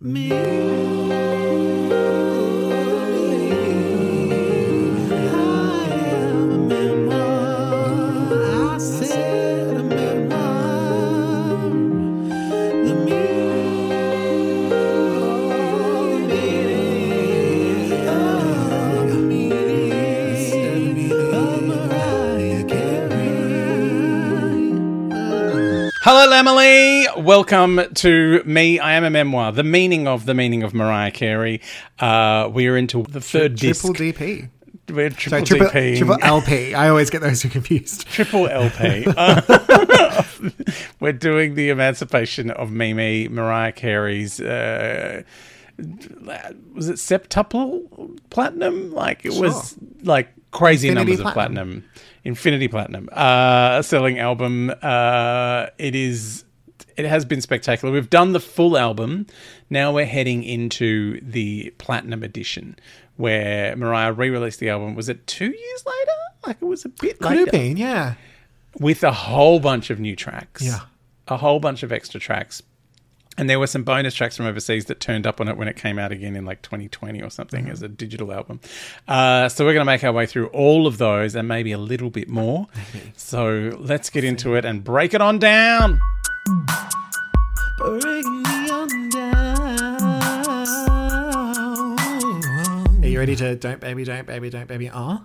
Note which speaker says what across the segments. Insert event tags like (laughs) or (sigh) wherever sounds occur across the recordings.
Speaker 1: me.
Speaker 2: Hello, Emily. Welcome to me. I am a memoir. The meaning of the meaning of Mariah Carey. Uh, we are into the third
Speaker 1: Triple
Speaker 2: disc.
Speaker 1: DP.
Speaker 2: We're triple,
Speaker 1: Sorry, triple,
Speaker 2: DP.
Speaker 1: triple LP. I always get those (laughs) two confused.
Speaker 2: Triple LP. Uh, (laughs) we're doing the emancipation of Mimi Mariah Carey's. Uh, was it septuple platinum? Like it was like crazy
Speaker 1: Infinity
Speaker 2: numbers of
Speaker 1: platinum.
Speaker 2: platinum, infinity platinum. Uh, selling album. Uh, it is. It has been spectacular. We've done the full album. Now we're heading into the platinum edition, where Mariah re-released the album. Was it two years later? Like it was a bit
Speaker 1: Could
Speaker 2: later
Speaker 1: have been, yeah.
Speaker 2: with a whole bunch of new tracks.
Speaker 1: Yeah.
Speaker 2: A whole bunch of extra tracks. And there were some bonus tracks from overseas that turned up on it when it came out again in like 2020 or something
Speaker 1: Mm-hmm.
Speaker 2: as a digital album. Uh, so we're going to make our way through all of those and maybe a little bit more. So let's get into it and break it on down.
Speaker 1: Are you ready to don't baby, don't baby, don't baby, ah?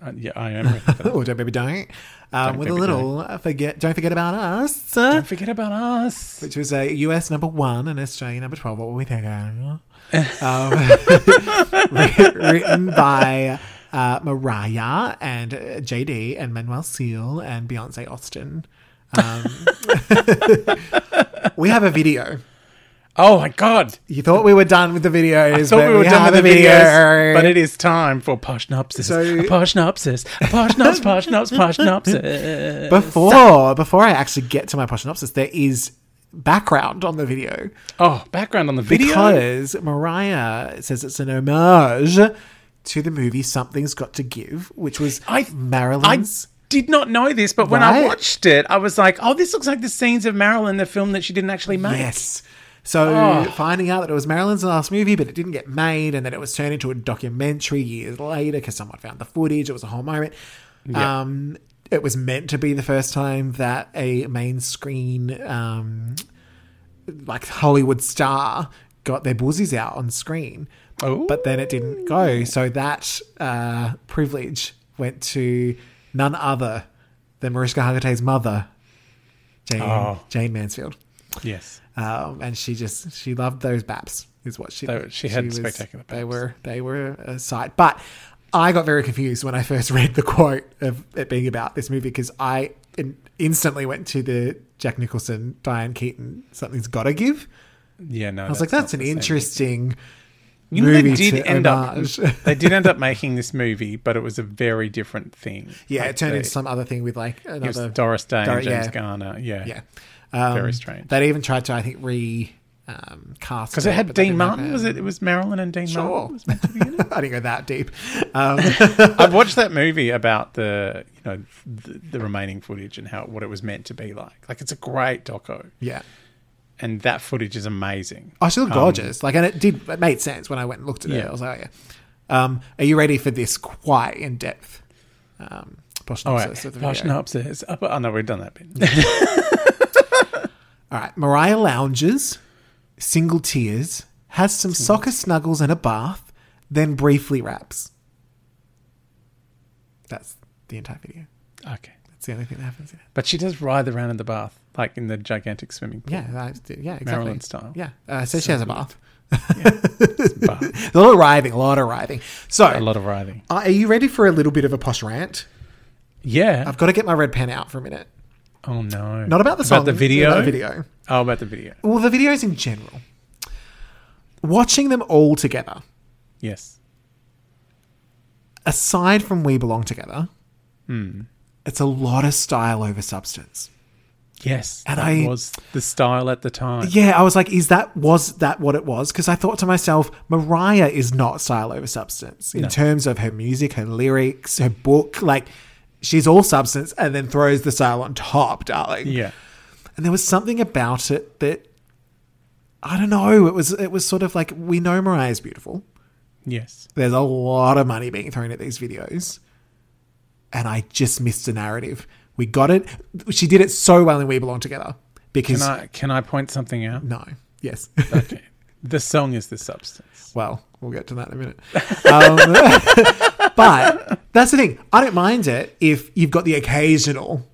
Speaker 2: Uh, yeah, I am. ready
Speaker 1: (laughs)
Speaker 2: for that.
Speaker 1: Oh, don't baby, don't. Um, with a
Speaker 2: baby,
Speaker 1: little uh, forget, don't forget about us,
Speaker 2: Don't forget about us.
Speaker 1: which was a US number one and Australia number twelve. What were we thinking? Um, (laughs) writ- written by uh, Mariah and uh, JD and Manuel Seal and Beyonce Austin. Um, (laughs) we have a video.
Speaker 2: Oh my God.
Speaker 1: You thought we were done with the videos.
Speaker 2: I thought
Speaker 1: but
Speaker 2: we were done
Speaker 1: have
Speaker 2: with the
Speaker 1: a video.
Speaker 2: videos, but it is time for Poshnopsis.
Speaker 1: So-
Speaker 2: a Poshnopsis. A Poshnopsis, Poshnopsis,
Speaker 1: (laughs)
Speaker 2: Poshnopsis.
Speaker 1: before before I actually get to my poshnopsis, there is background on the video
Speaker 2: Oh, background on the video.
Speaker 1: because Mariah says it's an homage to the movie Something's Got to Give, which was
Speaker 2: I- I
Speaker 1: Marilyn's.
Speaker 2: did not know this, but when I
Speaker 1: Right.
Speaker 2: watched it, I was like, "Oh, this looks like the scenes of Marilyn, the film that she didn't actually make."
Speaker 1: yes. So
Speaker 2: Oh.
Speaker 1: finding out that it was Marilyn's last movie, but it didn't get made, and that it was turned into a documentary years later because someone found the footage. It was a whole moment.
Speaker 2: Yeah.
Speaker 1: Um, it was meant to be the first time that a main screen um, like Hollywood star got their boozies out on screen,
Speaker 2: Ooh.
Speaker 1: but then it didn't
Speaker 2: Oh.
Speaker 1: go. So that uh, privilege went to none other than Mariska Hargitay's mother, Jane,
Speaker 2: Oh.
Speaker 1: Jane Mansfield,
Speaker 2: yes.
Speaker 1: um, and she just she loved those baps. Is what she
Speaker 2: They- she had spectacular
Speaker 1: They
Speaker 2: baps.
Speaker 1: were they were a sight, but. I got very confused when I first (laughs) read the quote of it being about this movie because I in- instantly went to the Jack Nicholson, Diane Keaton, something's gotta give.
Speaker 2: Yeah. No.
Speaker 1: I was like, that's an interesting
Speaker 2: You know,
Speaker 1: movie
Speaker 2: they did
Speaker 1: to
Speaker 2: end
Speaker 1: homage. (laughs)
Speaker 2: up. (laughs) they did end up making this movie, but it was a very different thing.
Speaker 1: yeah,
Speaker 2: Like,
Speaker 1: it turned
Speaker 2: they-
Speaker 1: into some other thing with like
Speaker 2: It was
Speaker 1: another
Speaker 2: Doris Day
Speaker 1: Dor-
Speaker 2: and James
Speaker 1: yeah.
Speaker 2: Garner. Yeah.
Speaker 1: Yeah, um,
Speaker 2: Very strange.
Speaker 1: They even tried to, I think, re um, cast
Speaker 2: Because it had
Speaker 1: but they
Speaker 2: Dean
Speaker 1: didn't have
Speaker 2: Martin. Was it? It was Marilyn and Dean
Speaker 1: Sure,
Speaker 2: Martin.
Speaker 1: (laughs) I didn't go that deep. Um, (laughs)
Speaker 2: I've watched that movie about the you know the, the remaining footage and how what it was meant to be like. Like it's a great doco,
Speaker 1: yeah.
Speaker 2: and that footage is amazing.
Speaker 1: Oh, she looked gorgeous. Like, and it did. It made sense when I went and looked at it.
Speaker 2: Um, Yeah.
Speaker 1: I was like, oh, yeah. Um, are you ready for this quite in depth? Um, posh
Speaker 2: All
Speaker 1: synopsis
Speaker 2: right,
Speaker 1: of the
Speaker 2: Posh
Speaker 1: video?
Speaker 2: Nopsis. (laughs) Oh, but- oh, no, we've done that bit.
Speaker 1: All right. Mariah lounges, single tears, has some soccer snuggles and a bath, then briefly raps. That's the entire video.
Speaker 2: (laughs) okay,
Speaker 1: That's the only thing that happens. in it.
Speaker 2: but she does writhe around in the bath, like in the gigantic swimming pool.
Speaker 1: Yeah, that's, yeah, exactly.
Speaker 2: Marilyn style.
Speaker 1: Yeah, uh, so she has a bath. (laughs)
Speaker 2: bath.
Speaker 1: a lot of writhing, a lot of writhing. So, uh,
Speaker 2: A lot of writhing.
Speaker 1: are you ready for a little bit of a posh rant?
Speaker 2: Yeah.
Speaker 1: I've got to get my red pen out for a minute.
Speaker 2: oh no.
Speaker 1: Not about the song,
Speaker 2: About the video.
Speaker 1: About the video.
Speaker 2: Oh, about the video.
Speaker 1: Well, the videos in general. Watching them all together.
Speaker 2: Yes.
Speaker 1: aside from We Belong Together,
Speaker 2: Hmm.
Speaker 1: it's a lot of style over substance.
Speaker 2: Yes.
Speaker 1: And
Speaker 2: that
Speaker 1: I-
Speaker 2: was the style at the time.
Speaker 1: Yeah, I was like, is that was that what it was? Because I thought to myself, Mariah is not style over substance in terms of her music, her lyrics, her book. Like, she's all substance and then throws the style on top, darling.
Speaker 2: Yeah.
Speaker 1: And there was something about it that I don't know. It was it was sort of like we know Mariah's beautiful.
Speaker 2: Yes.
Speaker 1: There's a lot of money being thrown at these videos, and I just missed the narrative. We got it. She did it so well in We Belong Together because
Speaker 2: Can I can I point something
Speaker 1: (laughs)
Speaker 2: out?
Speaker 1: no, yes.
Speaker 2: Okay. the song is the substance.
Speaker 1: well, we'll get to that in a minute. Um, (laughs) but that's the thing. I don't mind it if you've got the occasional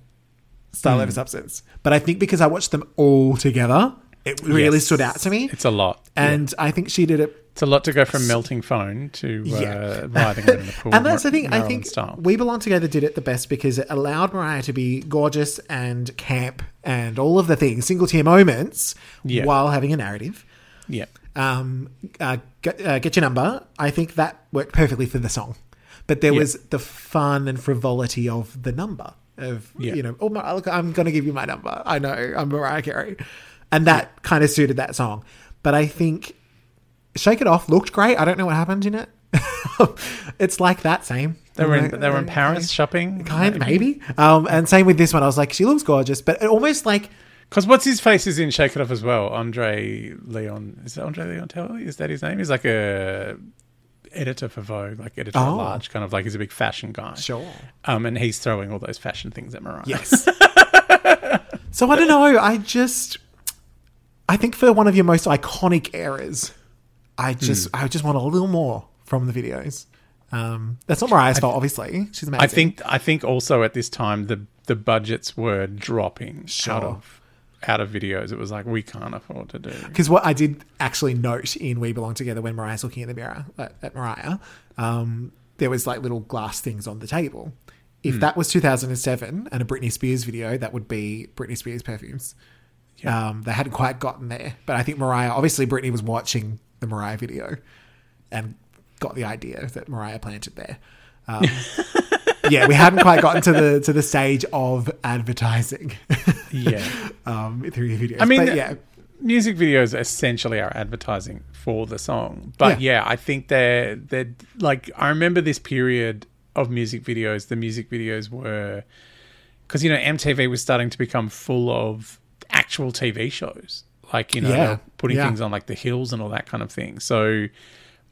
Speaker 1: style
Speaker 2: Hmm.
Speaker 1: over substance, but I think because I watched them all together, it really
Speaker 2: Yes.
Speaker 1: stood out to me.
Speaker 2: It's a lot.
Speaker 1: And I think she did it
Speaker 2: It's a lot to go from melting phone to uh,
Speaker 1: Yeah.
Speaker 2: writhing around in
Speaker 1: (laughs)
Speaker 2: the pool.
Speaker 1: and that's the
Speaker 2: Mar-
Speaker 1: thing. I
Speaker 2: Marilyn
Speaker 1: think
Speaker 2: style.
Speaker 1: We Belong Together did it the best because it allowed Mariah to be gorgeous and camp and all of the things, single tier moments,
Speaker 2: Yeah.
Speaker 1: while having a narrative.
Speaker 2: Yeah.
Speaker 1: Um, uh, get, uh, get your number. I think that worked perfectly for the song, but there
Speaker 2: Yeah.
Speaker 1: was the fun and frivolity of the number of
Speaker 2: Yeah.
Speaker 1: you know. Oh my, look, I'm going to give you my number. I know I'm Mariah Carey, and that kind of suited that song. But I think Shake It Off looked great. I don't know what happened in it. (laughs) it's like that same.
Speaker 2: They were in,
Speaker 1: Like,
Speaker 2: they were in
Speaker 1: okay.
Speaker 2: Paris shopping.
Speaker 1: Kind of, maybe. Um, and same with this one. I was like, she looks gorgeous, but it almost like
Speaker 2: Because what's his face is in Shake It Off as well. Andre Leon. Is that Andre Leon Talley? Is that his name? He's like a editor for Vogue, like editor at
Speaker 1: Oh.
Speaker 2: large, kind of like he's a big fashion guy.
Speaker 1: sure.
Speaker 2: Um, and he's throwing all those fashion things at Mariah.
Speaker 1: Yes.
Speaker 2: (laughs)
Speaker 1: so I don't know. I just, I think for one of your most iconic eras, I just,
Speaker 2: Hmm.
Speaker 1: I just want a little more from the videos. Um, that's not Mariah's fault, obviously. She's amazing.
Speaker 2: I think I think also at this time the the budgets were dropping out of out of videos. It was like we can't afford to do.
Speaker 1: because what I did actually note in We Belong Together when Mariah's looking in the mirror at, at Mariah, um, there was like little glass things on the table. If
Speaker 2: Hmm.
Speaker 1: that was 2007 and a Britney Spears video, that would be Britney Spears perfumes. Um, they hadn't quite gotten there, but I think Mariah, obviously, Britney was watching the Mariah video and got the idea that Mariah planted there.
Speaker 2: (laughs)
Speaker 1: Um, yeah, we hadn't quite gotten to the to the stage of advertising (laughs)
Speaker 2: Yeah.
Speaker 1: um, through your videos.
Speaker 2: I mean,
Speaker 1: but yeah,
Speaker 2: music videos essentially are advertising for the song. But yeah, I think they're they're like I remember this period of music videos. The music videos were because you know MTV was starting to become full of actual TV shows, like you know
Speaker 1: Yeah.
Speaker 2: they were putting
Speaker 1: Yeah.
Speaker 2: things on like The Hills and all that kind of thing. So.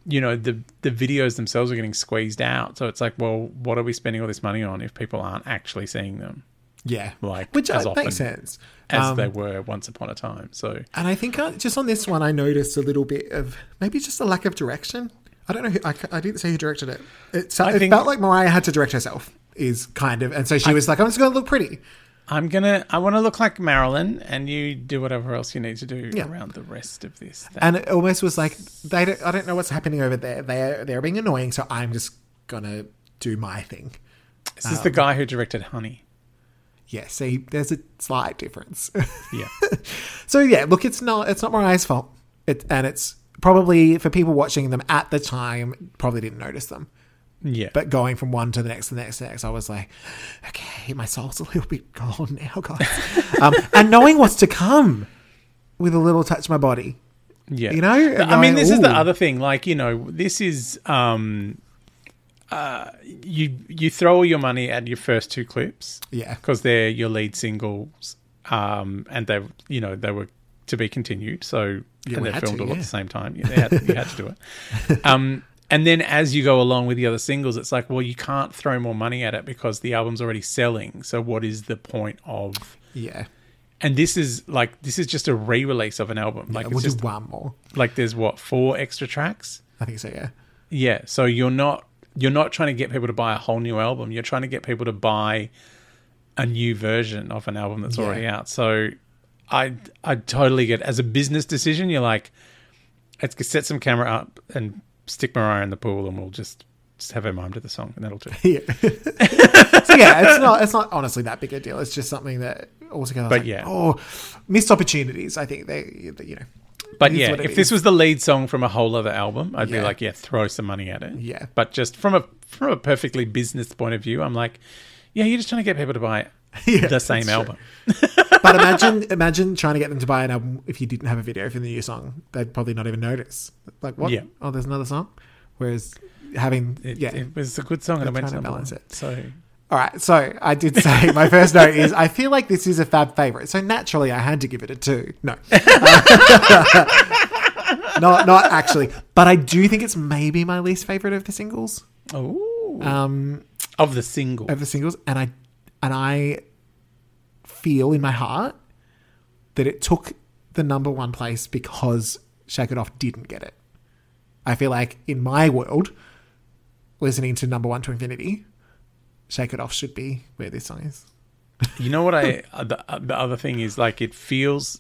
Speaker 2: You know the the videos themselves are getting squeezed out, so it's like, well, what are we spending all this money on if people aren't actually seeing them
Speaker 1: yeah,
Speaker 2: like,
Speaker 1: which
Speaker 2: as
Speaker 1: uh,
Speaker 2: often
Speaker 1: makes sense.
Speaker 2: as
Speaker 1: Um,
Speaker 2: they were once upon a time? So
Speaker 1: And I think uh just on this one, I noticed a little bit of maybe just a lack of direction. I don't know. Who, I, ca- I didn't say who directed it. It, so-
Speaker 2: I
Speaker 1: it
Speaker 2: think-
Speaker 1: felt like Mariah had to direct herself. Is kind of, and so she was like, "I'm just going to look pretty."
Speaker 2: I'm gonna. I want to look like Marilyn, and you do whatever else you need to do
Speaker 1: Yeah.
Speaker 2: around the rest of this. That-
Speaker 1: And it almost was like they. Don't, I don't know what's happening over there. They're they're being annoying, so I'm just gonna do my thing.
Speaker 2: This is
Speaker 1: Um,
Speaker 2: the guy who directed Honey.
Speaker 1: Yeah. See, there's a slight difference. (laughs)
Speaker 2: Yeah,
Speaker 1: So yeah, look, it's not it's not Mariah's fault, it, and it's probably for people watching them at the time probably didn't notice them.
Speaker 2: yeah.
Speaker 1: But going from one to the next, to the next, to the next, I was like, okay, my soul's (laughs) a little bit gone now, guys. um, and knowing what's to come with a little touch my body.
Speaker 2: yeah.
Speaker 1: you know,
Speaker 2: But, I mean,
Speaker 1: like,
Speaker 2: this is the
Speaker 1: ooh.
Speaker 2: other thing. Like, you know, this is um, uh, you you throw all your money at your first two clips.
Speaker 1: Yeah.
Speaker 2: because they're your lead singles, um, and they you know they were to be continued. So and
Speaker 1: we
Speaker 2: they're
Speaker 1: had
Speaker 2: filmed
Speaker 1: to,
Speaker 2: all at
Speaker 1: yeah.
Speaker 2: the same time. Yeah, they had, you had to do it.
Speaker 1: (laughs)
Speaker 2: Um, and then as you go along with the other singles, it's like, well, you can't throw more money at it because the album's already selling. So what is the point of?
Speaker 1: Yeah.
Speaker 2: And this is like this is just a re-release of an album. Like
Speaker 1: we'll
Speaker 2: it's just
Speaker 1: do one more.
Speaker 2: like there's what four extra tracks.
Speaker 1: I think so, yeah. (laughs)
Speaker 2: Yeah, so you're not you're not trying to get people to buy a whole new album. You're trying to get people to buy a new version of an album that's
Speaker 1: Yeah.
Speaker 2: already out. So I I totally get as a business decision. You're like, let's get- set some camera up and stick Mariah in the pool, and we'll just just have her mime to the song, and that'll do.
Speaker 1: (laughs) Yeah. so yeah, it's not it's not honestly that big a deal. It's just something that altogether. I was
Speaker 2: But
Speaker 1: like,
Speaker 2: yeah.
Speaker 1: oh, missed opportunities. I think they, you know.
Speaker 2: But
Speaker 1: it is
Speaker 2: yeah,
Speaker 1: what it
Speaker 2: if this
Speaker 1: is.
Speaker 2: was the lead song from a whole other album, I'd
Speaker 1: Yeah.
Speaker 2: be like, yeah, throw some money at it.
Speaker 1: Yeah.
Speaker 2: But just from a from a perfectly business point of view, I'm like, yeah, you're just trying to get people to buy
Speaker 1: (laughs) Yeah,
Speaker 2: the
Speaker 1: that's
Speaker 2: same
Speaker 1: true.
Speaker 2: album.
Speaker 1: But imagine imagine trying to get them to buy an album if you didn't have a video for the new song. They'd probably not even notice. Like what?
Speaker 2: Yeah.
Speaker 1: Oh, there's another song. Whereas having
Speaker 2: it,
Speaker 1: yeah,
Speaker 2: it was a good song and I
Speaker 1: They're
Speaker 2: went to
Speaker 1: trying to
Speaker 2: number one.
Speaker 1: balance it.
Speaker 2: So
Speaker 1: All right, so I did
Speaker 2: (laughs)
Speaker 1: say my first note is I feel like this is a fab favorite, so naturally I had to give it a two. No,
Speaker 2: (laughs)
Speaker 1: (laughs) not not actually, but I do think it's maybe my least favorite of the singles.
Speaker 2: Oh,
Speaker 1: Um,
Speaker 2: of the single.
Speaker 1: of the singles, and I and I feel in my heart that it took the number one place because Shake It Off didn't get it. I feel like in my world, listening to number one to infinity, Shake It Off should be where this song is.
Speaker 2: You know what
Speaker 1: (laughs)
Speaker 2: I? uh, The, uh, the other thing is like it feels,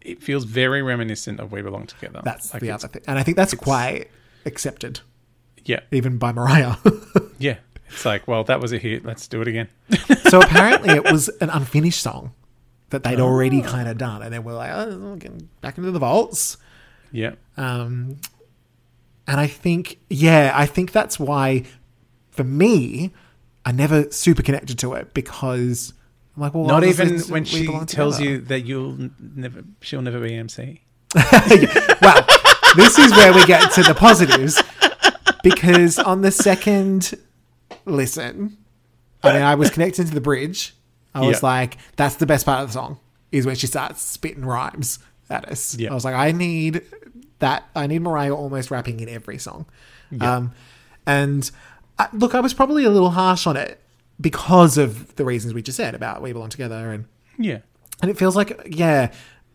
Speaker 2: it feels very reminiscent of We Belong Together.
Speaker 1: That's
Speaker 2: like
Speaker 1: the
Speaker 2: it's-
Speaker 1: other thing, and I think that's quite accepted
Speaker 2: Yeah,
Speaker 1: even by
Speaker 2: (laughs)
Speaker 1: Mariah.
Speaker 2: yeah. It's like, well, that was a hit. Let's do
Speaker 1: (laughs)
Speaker 2: it again.
Speaker 1: so apparently, it was an unfinished song that they'd
Speaker 2: Oh.
Speaker 1: already kind of done, and then we're like, oh, getting back into the vaults.
Speaker 2: yeah.
Speaker 1: Um, and I think, yeah, I think that's why, for me, I never super connected to it because I'm like, well,
Speaker 2: Not
Speaker 1: I'll just
Speaker 2: even
Speaker 1: listen to
Speaker 2: when
Speaker 1: We
Speaker 2: she
Speaker 1: Belong
Speaker 2: tells
Speaker 1: Together.
Speaker 2: you that you'll n- never, she'll never be MC.
Speaker 1: (laughs) well, this is where we get to the positives because on the second listen, I mean, I was connected to the bridge. I was
Speaker 2: Yeah.
Speaker 1: like, that's the best part of the song is when she starts spitting rhymes at us.
Speaker 2: Yeah.
Speaker 1: I was like, I need that. I need Mariah almost rapping in every song. Um, and I, look, I was probably a little harsh on it because of the reasons we just said about we belong together and
Speaker 2: Yeah,
Speaker 1: and it feels like, yeah,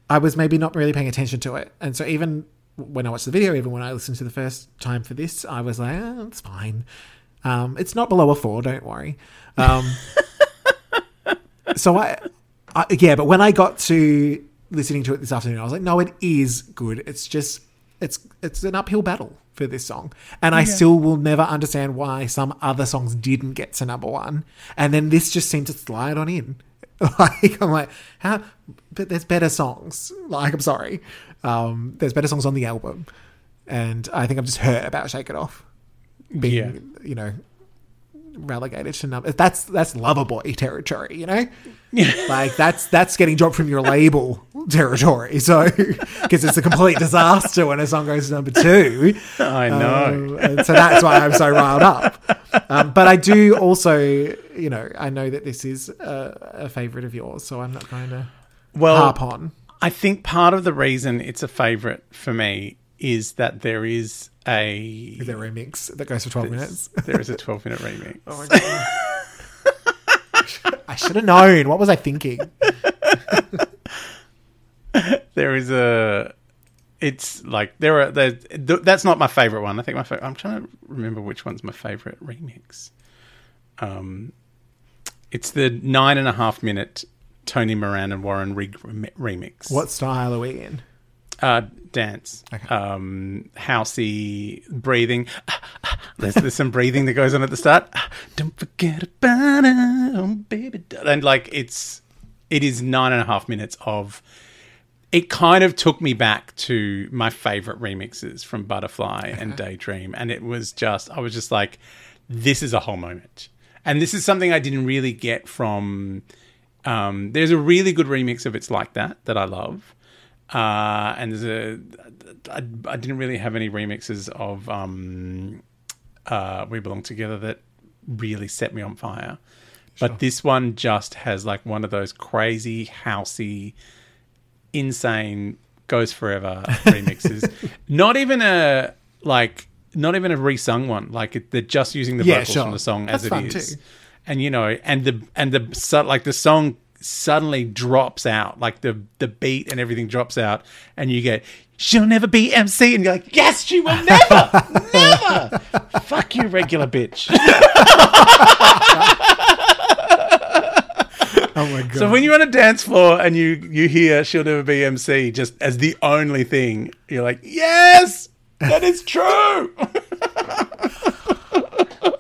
Speaker 1: I was maybe not really paying attention to it. And so even when I watched the video, even when I listened to the first time for this, I was like, oh, it's fine. Um, it's not below a four, don't worry. Um, so I, I, yeah, but when I got to listening to it this afternoon, I was like, no, it is good. It's just, it's, it's an uphill battle for this song. And I still will never understand why some other songs didn't get to number one. And then this just seemed to slide on in. (laughs) Like, I'm like, how, but there's better songs. Like, I'm sorry. Um, there's better songs on the album. And I think I'm just hurt about Shake It Off being,
Speaker 2: yeah.
Speaker 1: you know, relegated to number. That's that's lover boy territory, you know. like that's that's getting dropped from your label territory. So (laughs) because it's a complete disaster when a song goes to number two.
Speaker 2: I know.
Speaker 1: Um, and so that's why I'm so riled up. Um, but I do also, you know, I know that this is a, a favorite of yours, so I'm not going to
Speaker 2: well,
Speaker 1: harp on.
Speaker 2: I think part of the reason it's a favorite for me is that there is a
Speaker 1: Is there a mix that goes for 12 minutes?
Speaker 2: there is a 12 minute remix.
Speaker 1: (laughs) I should have known. What was I thinking?
Speaker 2: There is a it's like there are there, th- that's not my favorite one. I think my favorite, I'm trying to remember which one's my favorite remix. Um, it's the nine and a half minute Tony Moran and Warren Rigg rem- remix.
Speaker 1: What style are we in?
Speaker 2: Uh, dance, um, housey, breathing. There's, there's some breathing that goes on at the start. Don't forget about it, oh, baby. And like it's, it is nine and a half minutes of. It kind of took me back to my favorite remixes from Butterfly and Daydream, and it was just I was just like, this is a whole moment, and this is something I didn't really get from. Um, there's a really good remix of It's Like That that I love. Uh, and there's a, I, I didn't really have any remixes of um, uh, We Belong Together that really set me on fire. But this one just has like one of those crazy, housey, insane, goes
Speaker 1: (laughs)
Speaker 2: forever remixes. not even a, like, not even a resung one. Like, it, they're just using the
Speaker 1: Yeah,
Speaker 2: vocals
Speaker 1: sure.
Speaker 2: from the song as
Speaker 1: That's
Speaker 2: it is
Speaker 1: fun too.
Speaker 2: and you know and the and the so, like the song suddenly drops out like the the beat and everything drops out and you get she'll never be mc and you're like yes she will (laughs) never never fuck you regular bitch
Speaker 1: Oh my god!
Speaker 2: so when you're on a dance floor and you you hear she'll never be mc just as the only thing you're like yes that is true (laughs)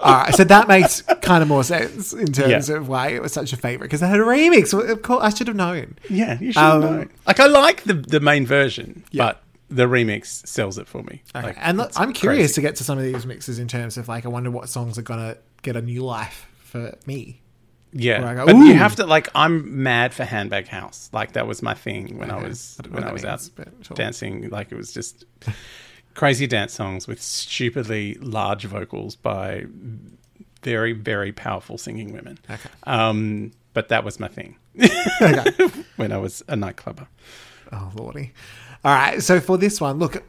Speaker 1: All right, so that makes kind of more sense in terms
Speaker 2: Yeah.
Speaker 1: of why it was such a favorite because they had a remix. Well, Of course, I should have known.
Speaker 2: yeah you should
Speaker 1: Um,
Speaker 2: know like i like the the main version
Speaker 1: Yeah.
Speaker 2: but the remix sells it for me
Speaker 1: Okay.
Speaker 2: Like,
Speaker 1: and look,
Speaker 2: it's
Speaker 1: I'm curious
Speaker 2: crazy.
Speaker 1: to get to some of these mixes in terms of like, I wonder what songs are gonna get a new life for
Speaker 2: (laughs)
Speaker 1: me. Where I
Speaker 2: Yeah,
Speaker 1: go,
Speaker 2: but you
Speaker 1: "Ooh."
Speaker 2: have to like. I'm mad for Handbag House. Like that was my thing when I was
Speaker 1: I don't know what
Speaker 2: when I
Speaker 1: that
Speaker 2: was
Speaker 1: means,
Speaker 2: out
Speaker 1: but sure.
Speaker 2: dancing. Like it was just crazy dance songs with stupidly large vocals by very, very powerful singing women.
Speaker 1: Okay.
Speaker 2: Um, but that was my thing (laughs)
Speaker 1: Okay.
Speaker 2: when I was a nightclubber.
Speaker 1: oh, lordy. All right. So for this one, look,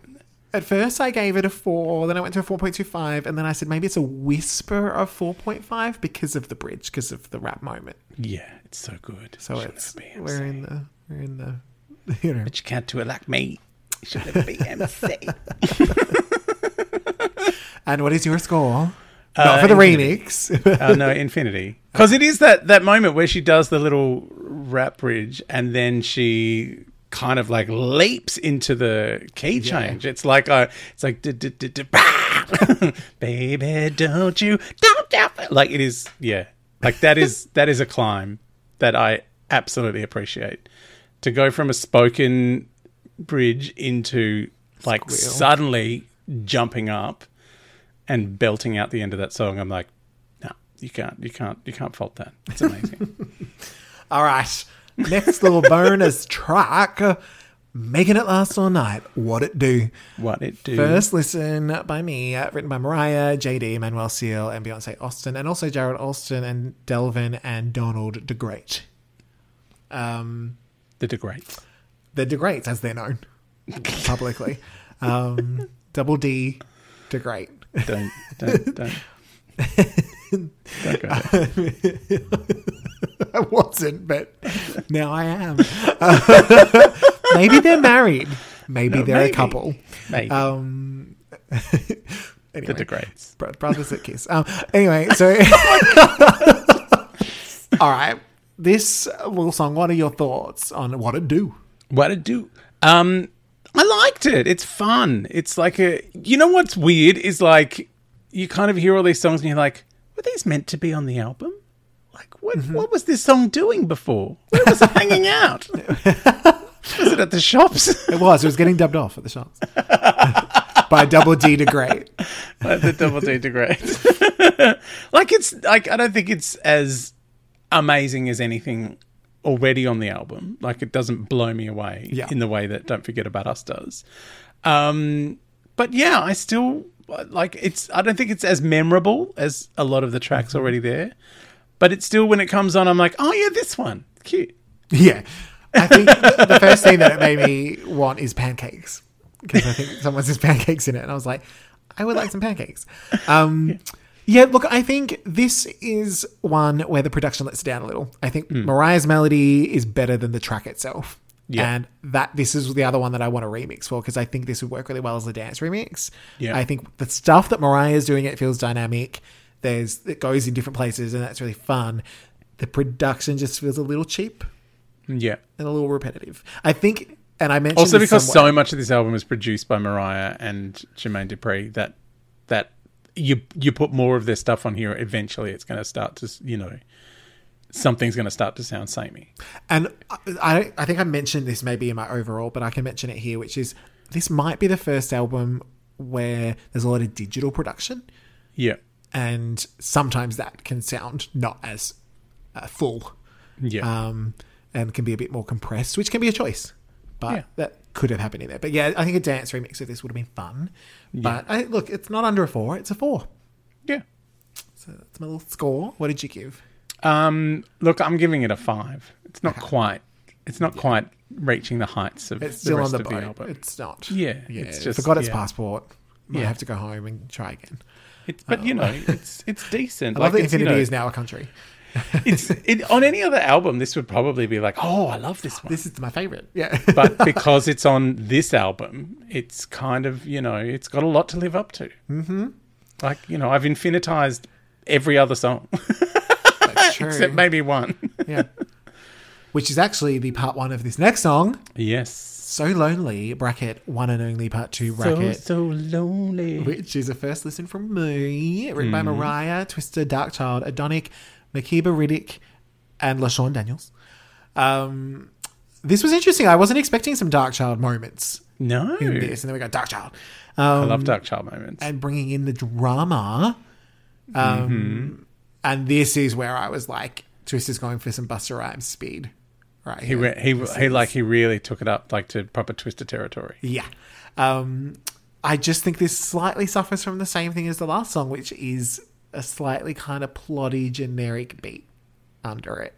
Speaker 1: at first I gave it a four, then I went to a 4.25, and then I said maybe it's a whisper of 4.5 because of the bridge, because of the rap moment.
Speaker 2: Yeah, it's so good.
Speaker 1: So
Speaker 2: She'll
Speaker 1: it's,
Speaker 2: never be
Speaker 1: we're
Speaker 2: MC.
Speaker 1: in the, we're in the, (laughs) you know.
Speaker 2: But you can't do it like me. She'll never be MC.
Speaker 1: And what is your score?
Speaker 2: Uh,
Speaker 1: Not for the
Speaker 2: Infinity.
Speaker 1: remix.
Speaker 2: uh, no, Infinity. Because it is that, that moment where she does the little rap bridge and then she kind of like leaps into the key change. It's like a, it's like "Du- du- du- du- bah!" (laughs) baby, don't you don't you like it is yeah. Like that is that is a climb that I absolutely appreciate. To go from a spoken bridge into like
Speaker 1: Squeal.
Speaker 2: suddenly jumping up and belting out the end of that song, I'm like, no, you can't, you can't, you can't fault that. It's amazing.
Speaker 1: All right. Next little bonus track. Making it last all night. What it do.
Speaker 2: what it do?
Speaker 1: First listen by me, uh, written by Mariah, JD, Manuel Seal, and Beyonce Austin, and also Jared Austin and Delvin and Donald DeGreat. Um,
Speaker 2: the degrade.
Speaker 1: the DeGreats, as they're (laughs) known publicly. Um, double D DeGreat.
Speaker 2: Don't, don't, don't. don't go there.
Speaker 1: I wasn't, but now I am. (laughs) maybe they're married. Maybe they're
Speaker 2: maybe.
Speaker 1: a couple.
Speaker 2: Maybe.
Speaker 1: Um, anyway.
Speaker 2: the degrades.
Speaker 1: Bro- brothers that kiss. Um, anyway, so all right, this little song. What are your thoughts on what it do?
Speaker 2: What it do? Um, I liked it. It's fun. It's like a. You know what's weird is like you kind of hear all these songs and you're like, were these meant to be on the album? Like what? What was this song doing before? Where was it hanging out? was it at the shops?
Speaker 1: It was. It was getting dubbed off at the shots (laughs) by Double D to Great.
Speaker 2: Like the double D degrades. (laughs) like it's like I don't think it's as amazing as anything already on the album. Like it doesn't blow me away
Speaker 1: Yeah.
Speaker 2: in the way that Don't Forget About Us does. Um, but yeah, I still like it's. I don't think it's as memorable as a lot of the tracks already there. But it's still when it comes on, I'm like, oh yeah, this one cute.
Speaker 1: Yeah, I think the first thing that it made me want is pancakes because I think someone says pancakes in it, and I was like, I would like some pancakes. Um, yeah. look, I think this is one where the production lets down a little. I think
Speaker 2: Hmm.
Speaker 1: Mariah's melody is better than the track itself.
Speaker 2: Yeah.
Speaker 1: And that this is the other one that I want to remix for because I think this would work really well as a dance remix.
Speaker 2: Yeah.
Speaker 1: I think the stuff that Mariah is doing it feels dynamic. There's it goes in different places and that's really fun. The production just feels a little cheap
Speaker 2: Yeah.
Speaker 1: and a little repetitive. I think, and I mentioned
Speaker 2: Also
Speaker 1: this
Speaker 2: because
Speaker 1: somewhere-
Speaker 2: so much of this album is produced by Mariah and Jermaine Dupri that that you you put more of their stuff on here, eventually it's going to start to s- you know something's going to start to sound samey.
Speaker 1: and I, I think I mentioned this maybe in my overall, but I can mention it here, which is this might be the first album where there's a lot of digital production,
Speaker 2: Yeah,
Speaker 1: and sometimes that can sound not as uh, full,
Speaker 2: yeah,
Speaker 1: um, and can be a bit more compressed, which can be a choice, but
Speaker 2: Yeah.
Speaker 1: that could have happened in there. But yeah, I think a dance remix of this would have been fun. But I, look, it's not under a four; it's a four.
Speaker 2: yeah.
Speaker 1: So that's my little score. What did you give?
Speaker 2: Um, look, I'm giving it a five. It's not quite. It's not quite reaching the heights of
Speaker 1: It's
Speaker 2: the
Speaker 1: still
Speaker 2: rest
Speaker 1: on the
Speaker 2: of
Speaker 1: boat.
Speaker 2: the album.
Speaker 1: It's not.
Speaker 2: Yeah,
Speaker 1: yeah.
Speaker 2: it's
Speaker 1: it
Speaker 2: just-
Speaker 1: forgot its
Speaker 2: yeah.
Speaker 1: passport. Might
Speaker 2: Yeah.
Speaker 1: have to go home and try again.
Speaker 2: It's- but you know, it's
Speaker 1: (laughs)
Speaker 2: it's decent.
Speaker 1: oh. I love that
Speaker 2: it's, you
Speaker 1: Infinity
Speaker 2: know,
Speaker 1: is now a country.
Speaker 2: it's it, on any other album. This would probably be like, oh, I love this one.
Speaker 1: This is my favorite. Yeah.
Speaker 2: but because it's on this album, it's kind of you know it's got a lot to live up to. Mm-hmm. Like you know, I've infinitized every other song (laughs)
Speaker 1: That's true.
Speaker 2: (laughs) except maybe one.
Speaker 1: yeah. Which is actually the part one of this next song.
Speaker 2: yes,
Speaker 1: So Lonely, bracket one and only part two,
Speaker 2: so
Speaker 1: bracket.
Speaker 2: so lonely.
Speaker 1: which is a first listen from me, written
Speaker 2: Hmm.
Speaker 1: by Mariah, Twister, Dark Child, Adonic, Makiba Riddick, and LaShawn Daniels. Um, this was interesting. I wasn't expecting some Dark Child moments.
Speaker 2: No,
Speaker 1: in this, and then we got Dark Child,
Speaker 2: I
Speaker 1: um,
Speaker 2: love Dark Child moments.
Speaker 1: and bringing in the drama. Um,
Speaker 2: Mm-hmm.
Speaker 1: And this is where I was like, Twist is going for some Buster Rhymes speed, right?
Speaker 2: he went, he he like he really took it up like to proper Twister territory.
Speaker 1: yeah. Um, I just think this slightly suffers from the same thing as the last song, which is a slightly kind of plotty generic beat under it,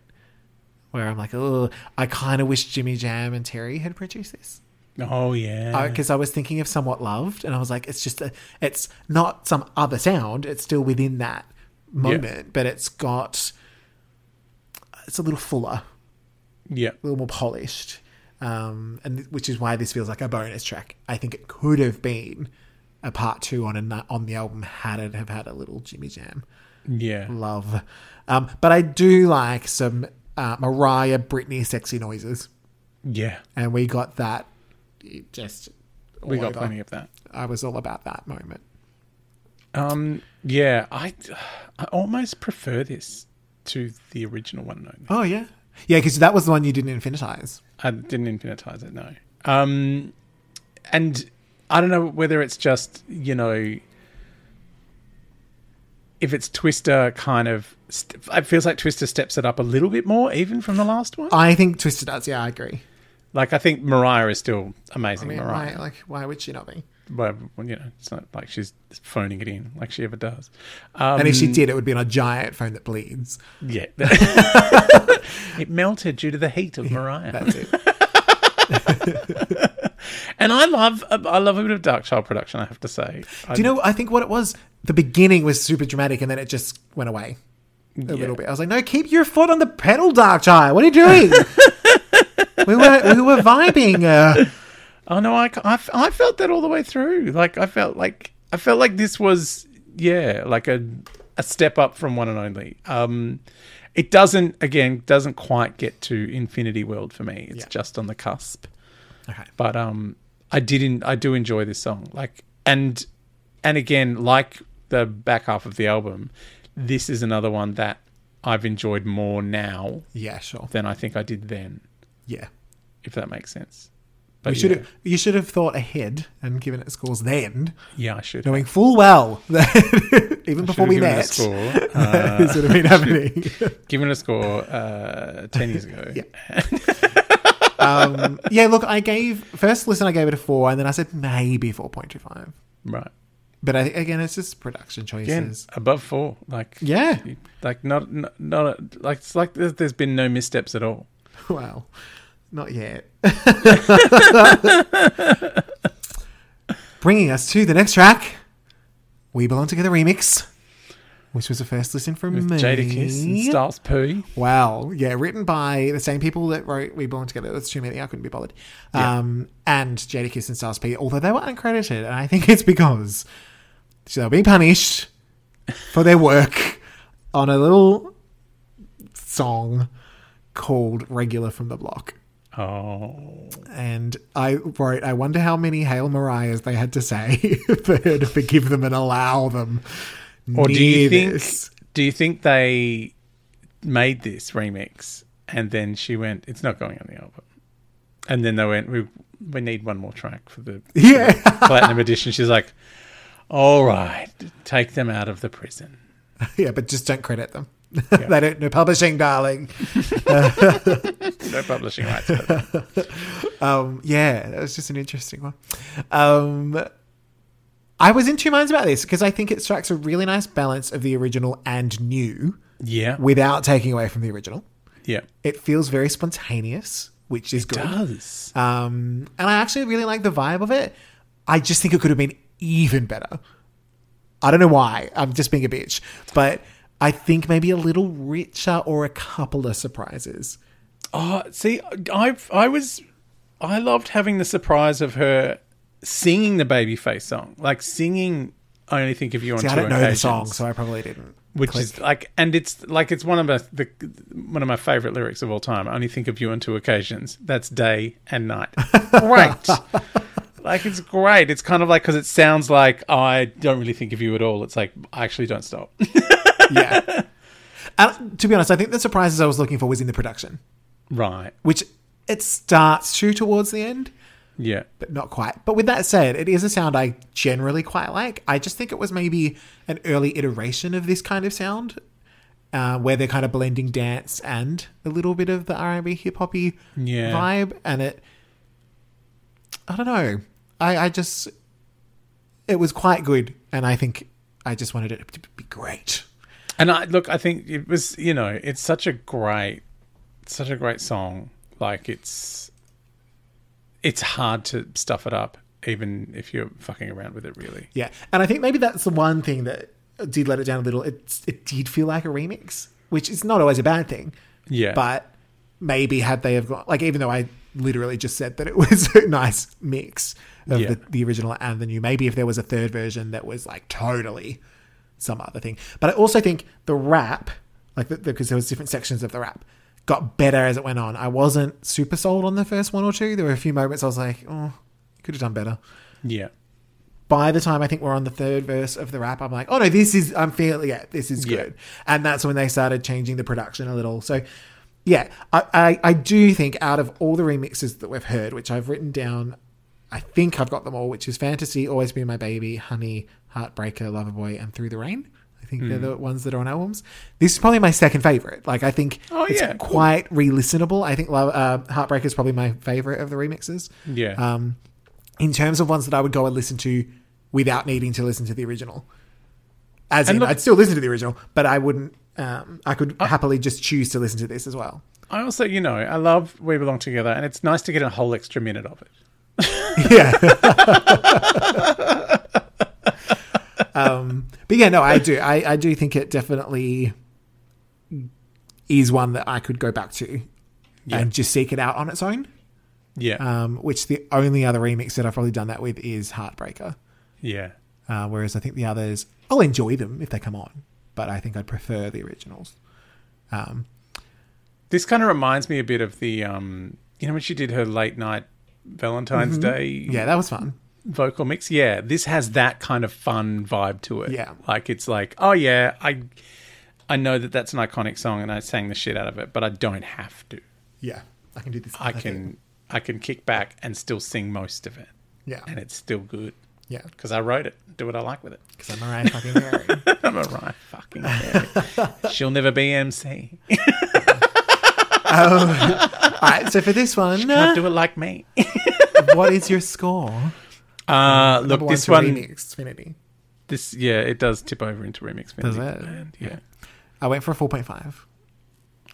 Speaker 1: where I'm like, oh, I kind of wish Jimmy Jam and Terry had produced this
Speaker 2: Oh yeah.
Speaker 1: because I, was thinking of somewhat loved, and I was like, it's just a, it's not some other sound. It's still within that moment, but it's got it's a little fuller,
Speaker 2: yeah.
Speaker 1: a little more polished, um, and th- which is why this feels like a bonus track. I think it could have been a part two on a, on the album had it have had a little Jimmy Jam
Speaker 2: Yeah.
Speaker 1: love, um, but I do like some uh, Mariah Britney sexy noises,
Speaker 2: Yeah.
Speaker 1: and we got that. It just
Speaker 2: We
Speaker 1: all
Speaker 2: got
Speaker 1: over.
Speaker 2: plenty of that.
Speaker 1: I was all about that moment.
Speaker 2: Um yeah, I I almost prefer this to the original one though.
Speaker 1: Oh yeah, yeah, because that was the one you didn't infinitize.
Speaker 2: I didn't infinitize it, no. Um and I don't know whether it's just, you know, if it's Twister kind of, st- it feels like Twister steps it up a little bit more, even from the last one.
Speaker 1: I think Twisted does. Yeah, I agree.
Speaker 2: Like I think Mariah is still
Speaker 1: I
Speaker 2: amazing.
Speaker 1: mean,
Speaker 2: Mariah,
Speaker 1: why, like, why would she not be?
Speaker 2: well, you know, it's not like she's phoning it in like she ever does. Um,
Speaker 1: And if she did, it would be on a giant phone that bleeds. (laughs)
Speaker 2: yeah, (laughs) it melted due to the heat of Mariah.
Speaker 1: That's
Speaker 2: (laughs)
Speaker 1: it.
Speaker 2: And I love, I love a bit of Dark Child production. I have to say, I,
Speaker 1: Do you know? I think what it was. The beginning was super dramatic, and then it just went away a little bit. I was like, "No, keep your foot on the pedal, Dark Child. What are you doing?" (laughs) we were we were vibing. Uh,
Speaker 2: Oh no, I, I, I felt that all the way through. Like I felt like I felt like this was yeah, like a a step up from one and only. Um, it doesn't again doesn't quite get to Infinity World for me. It's
Speaker 1: Yeah.
Speaker 2: just on the cusp.
Speaker 1: okay.
Speaker 2: But um, I didn't. I do enjoy this song. Like and and again, like the back half of the album, this is another one that I've enjoyed more now
Speaker 1: Yeah, sure.
Speaker 2: than I think I did then.
Speaker 1: Yeah,
Speaker 2: If that makes sense. But
Speaker 1: we should
Speaker 2: yeah.
Speaker 1: have. You should have thought ahead and given it scores then,
Speaker 2: Yeah, I should.
Speaker 1: knowing full well (laughs) that even before
Speaker 2: Should
Speaker 1: we
Speaker 2: have
Speaker 1: met,
Speaker 2: given it
Speaker 1: (laughs)
Speaker 2: a score. (laughs) Uh,
Speaker 1: this would have been happening.
Speaker 2: (laughs) given it a score uh, ten years ago.
Speaker 1: Yeah. um, yeah, look, I gave first listen, I gave it a four, and then I said maybe four point two five.
Speaker 2: Right.
Speaker 1: But I think again, it's just production
Speaker 2: Again,
Speaker 1: choices.
Speaker 2: above four. Like
Speaker 1: Yeah. (laughs)
Speaker 2: Like not not, not like it's like there's, there's been no missteps at all.
Speaker 1: Well, not yet.
Speaker 2: (laughs)
Speaker 1: Bringing us to the next track, "We Belong Together" remix, which was a first listen from
Speaker 2: With
Speaker 1: me.
Speaker 2: Jada Kiss and Styles P.
Speaker 1: Wow. Yeah, written by the same people that wrote We Belong Together. That's too many. I couldn't be bothered. Um, and Jadakiss and Stars P, although they were uncredited. And I think it's because they were being punished for their work on a little song called Regular from the Block.
Speaker 2: Oh,
Speaker 1: And I wrote, I wonder how many Hail Mariahs they had to say (laughs) for her to forgive them and allow them.
Speaker 2: or do you
Speaker 1: near
Speaker 2: think
Speaker 1: this. (laughs)
Speaker 2: do you think they made this remix and then she went, "It's not going on the album," and then they went, "We we need one more track for the
Speaker 1: Yeah. (laughs)
Speaker 2: platinum edition." She's like, "All right, take them out of the prison."
Speaker 1: Yeah, but just don't credit them. (laughs) they don't know publishing, darling.
Speaker 2: No publishing
Speaker 1: (laughs)
Speaker 2: rights.
Speaker 1: Um, yeah, that was just an interesting one. Um, I was in two minds about this because I think it strikes a really nice balance of the original and new
Speaker 2: Yeah.
Speaker 1: without taking away from the original.
Speaker 2: yeah.
Speaker 1: It feels very spontaneous, which is good.
Speaker 2: Does.
Speaker 1: Um, and I actually really like the vibe of it. I just think it could have been even better. I don't know why. I'm just being a bitch, but I think maybe a little richer or a couple of surprises.
Speaker 2: Oh, see, I I was I loved having the surprise of her singing the Babyface song, like singing "I Only Think of You" on
Speaker 1: See,
Speaker 2: two
Speaker 1: I don't know
Speaker 2: occasions,
Speaker 1: the song, so I probably didn't.
Speaker 2: which
Speaker 1: click.
Speaker 2: is like, and it's like it's one of my the, one of my favorite lyrics of all time. I only think of you on two occasions. That's day and
Speaker 1: (laughs)
Speaker 2: night. Great. Like it's great. It's kind of like because it sounds like I don't really think of you at all. It's like I actually don't stop. (laughs)
Speaker 1: yeah. And to be honest, I think the surprises I was looking for was in the production,
Speaker 2: right.
Speaker 1: which it starts to towards the end,
Speaker 2: Yeah.
Speaker 1: but not quite. But with that said, it is a sound I generally quite like. I just think it was maybe an early iteration of this kind of sound, uh, where they're kind of blending dance and a little bit of the R and B hip hoppy
Speaker 2: Yeah.
Speaker 1: vibe, and it. I don't know. I I just, it was quite good, and I think I just wanted it to be great.
Speaker 2: And I look, I think it was, you know, it's such a great, such a great song. Like it's, it's hard to stuff it up, even if you're fucking around with it. Really,
Speaker 1: Yeah, and I think maybe that's the one thing that did let it down a little. It it did feel like a remix, which is not always a bad thing.
Speaker 2: Yeah.
Speaker 1: but maybe had they have gone like, even though I literally just said that it (laughs) was a nice mix of
Speaker 2: Yeah.
Speaker 1: the, the original and the new, maybe if there was a third version that was like totally some other thing. But I also think the rap, like because the, because there was different sections of the rap. Got better as it went on. I wasn't super sold on the first one or two. There were a few moments I was like, "Oh, could have done better."
Speaker 2: yeah,
Speaker 1: by the time I think we're on the third verse of the rap, I'm like, oh no, this is I'm feeling yeah, this is
Speaker 2: Yeah.
Speaker 1: good. And that's when they started changing the production a little. So yeah, I, I, I do think out of all the remixes that we've heard, which I've written down, I think I've got them all, which is Fantasy, Always Be My Baby, Honey, Heartbreaker, Loverboy, and Through the Rain. I think
Speaker 2: Hmm.
Speaker 1: they're the ones that are on albums. This is probably my second favorite. Like I think
Speaker 2: Oh,
Speaker 1: it's
Speaker 2: yeah, cool.
Speaker 1: quite re-listenable. I think Lo- uh, Heartbreaker is probably my favorite of the remixes
Speaker 2: yeah,
Speaker 1: um, in terms of ones that I would go and listen to without needing to listen to the original. As
Speaker 2: And
Speaker 1: in,
Speaker 2: look- Uh.
Speaker 1: I'd still listen to the original, but I wouldn't. Um, I could happily just choose to listen to this as
Speaker 2: (laughs)
Speaker 1: well.
Speaker 2: I also, you know, I love We Belong Together, and it's nice to get a whole extra minute of it.
Speaker 1: Yeah. um, but yeah, no, I do. I, I do think it definitely is one that I could go back to
Speaker 2: Yeah.
Speaker 1: and just seek it out on its own.
Speaker 2: Yeah,
Speaker 1: Um, which the only other remix that I've probably done that with is Heartbreaker.
Speaker 2: yeah,
Speaker 1: Uh, whereas I think the others, I'll enjoy them if they come on, but I think I'd prefer the originals. Um,
Speaker 2: This kind of reminds me a bit of the, um, you know, when she did her late night Valentine's Day
Speaker 1: yeah, that was fun.
Speaker 2: vocal mix. Yeah, this has that kind of fun vibe to it.
Speaker 1: Yeah.
Speaker 2: like it's like, oh yeah, I, I know that that's an iconic song, and I sang the shit out of it, but I don't have to.
Speaker 1: Yeah, I can do this.
Speaker 2: I
Speaker 1: other thing.
Speaker 2: can, I can kick back and still sing most of it,
Speaker 1: Yeah,
Speaker 2: and it's still good
Speaker 1: yeah,
Speaker 2: because I wrote it. Do what I like with it.
Speaker 1: because I'm Mariah fucking Mary. (laughs)
Speaker 2: (laughs) I'm a right fucking. Mary. She'll never be MC.
Speaker 1: All right, so for this
Speaker 2: (laughs)
Speaker 1: one, uh,
Speaker 2: Can't do it like me.
Speaker 1: what is your score?
Speaker 2: Uh, look,
Speaker 1: Number
Speaker 2: this
Speaker 1: to
Speaker 2: one.
Speaker 1: remix, Trinity.
Speaker 2: This yeah, it does tip over into remix.
Speaker 1: Does
Speaker 2: Benedict
Speaker 1: it?
Speaker 2: Band, Yeah.
Speaker 1: I went for a four point five.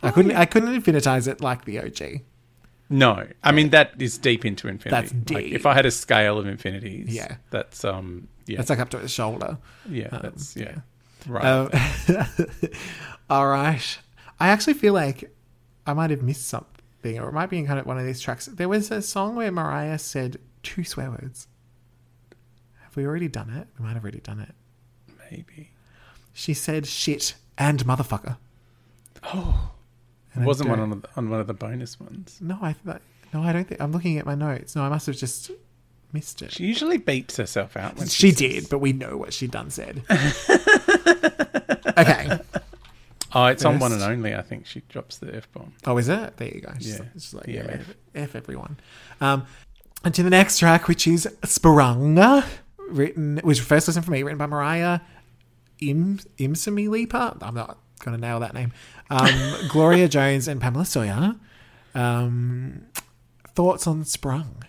Speaker 1: I couldn't. I couldn't infinitize it like the OG.
Speaker 2: No, I mean that is deep into infinity.
Speaker 1: That's
Speaker 2: Like,
Speaker 1: deep.
Speaker 2: if I had a scale of infinities,
Speaker 1: Yeah.
Speaker 2: that's um, yeah,
Speaker 1: It's like up to its shoulder.
Speaker 2: yeah, that's yeah, right.
Speaker 1: Um, (laughs) all right. I actually feel like I might have missed something, or it might be in kind of one of these tracks. There was a song where Mariah said two swear words. Have we already done it? We might have already done it.
Speaker 2: maybe
Speaker 1: She said shit and motherfucker.
Speaker 2: it wasn't
Speaker 1: don't-
Speaker 2: one on, the, on one of the bonus ones.
Speaker 1: No, I th- no, I don't think I'm looking at my notes. No, I must have just missed it.
Speaker 2: She usually beeps herself out when
Speaker 1: She
Speaker 2: says-
Speaker 1: did, but we know what she done said. (laughs) okay.
Speaker 2: Oh, it's on one and
Speaker 1: First.
Speaker 2: only. I think she drops the f bomb.
Speaker 1: Oh, is it? There you go. She's
Speaker 2: Yeah.
Speaker 1: like, she's like,
Speaker 2: Yeah,
Speaker 1: yeah,
Speaker 2: F.
Speaker 1: F, F everyone. Um, and to the next track, which is Sparanga, written, which was first listen for me, written by Mariah Im, Imsami Leaper. I'm not going to nail that name. Um,
Speaker 2: (laughs)
Speaker 1: Gloria Jones and Pamela Sawyer. Um, thoughts on Sprung?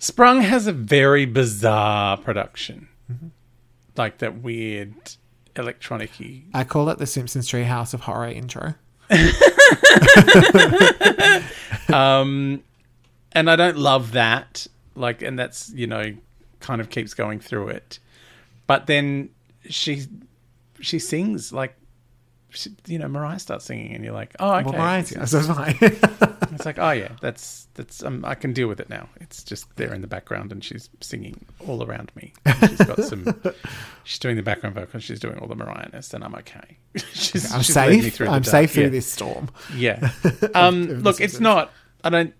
Speaker 2: Sprung has a very bizarre production, like that weird electronic-y
Speaker 1: I call it the Simpsons Treehouse of Horror intro.
Speaker 2: um, and I don't love that. Like, and that's you know, kind of keeps going through it. But then she she sings like, she, you know, Mariah starts singing, and you're like, oh, okay.
Speaker 1: Well, Mariah's,
Speaker 2: it's, (laughs)
Speaker 1: so it's fine.
Speaker 2: it's like, oh yeah, that's that's um, I can deal with it now. It's just there in the background, and she's singing all around me. And She's got
Speaker 1: (laughs)
Speaker 2: some. she's doing the background vocals. She's doing all the Mariahness, and I'm okay. (laughs) she's,
Speaker 1: (laughs) I'm
Speaker 2: she's led me
Speaker 1: safe.
Speaker 2: through the
Speaker 1: I'm
Speaker 2: dark-
Speaker 1: safe through
Speaker 2: yeah.
Speaker 1: this storm.
Speaker 2: Yeah.
Speaker 1: (laughs)
Speaker 2: Um,
Speaker 1: Of
Speaker 2: look,
Speaker 1: this
Speaker 2: it's not. I don't.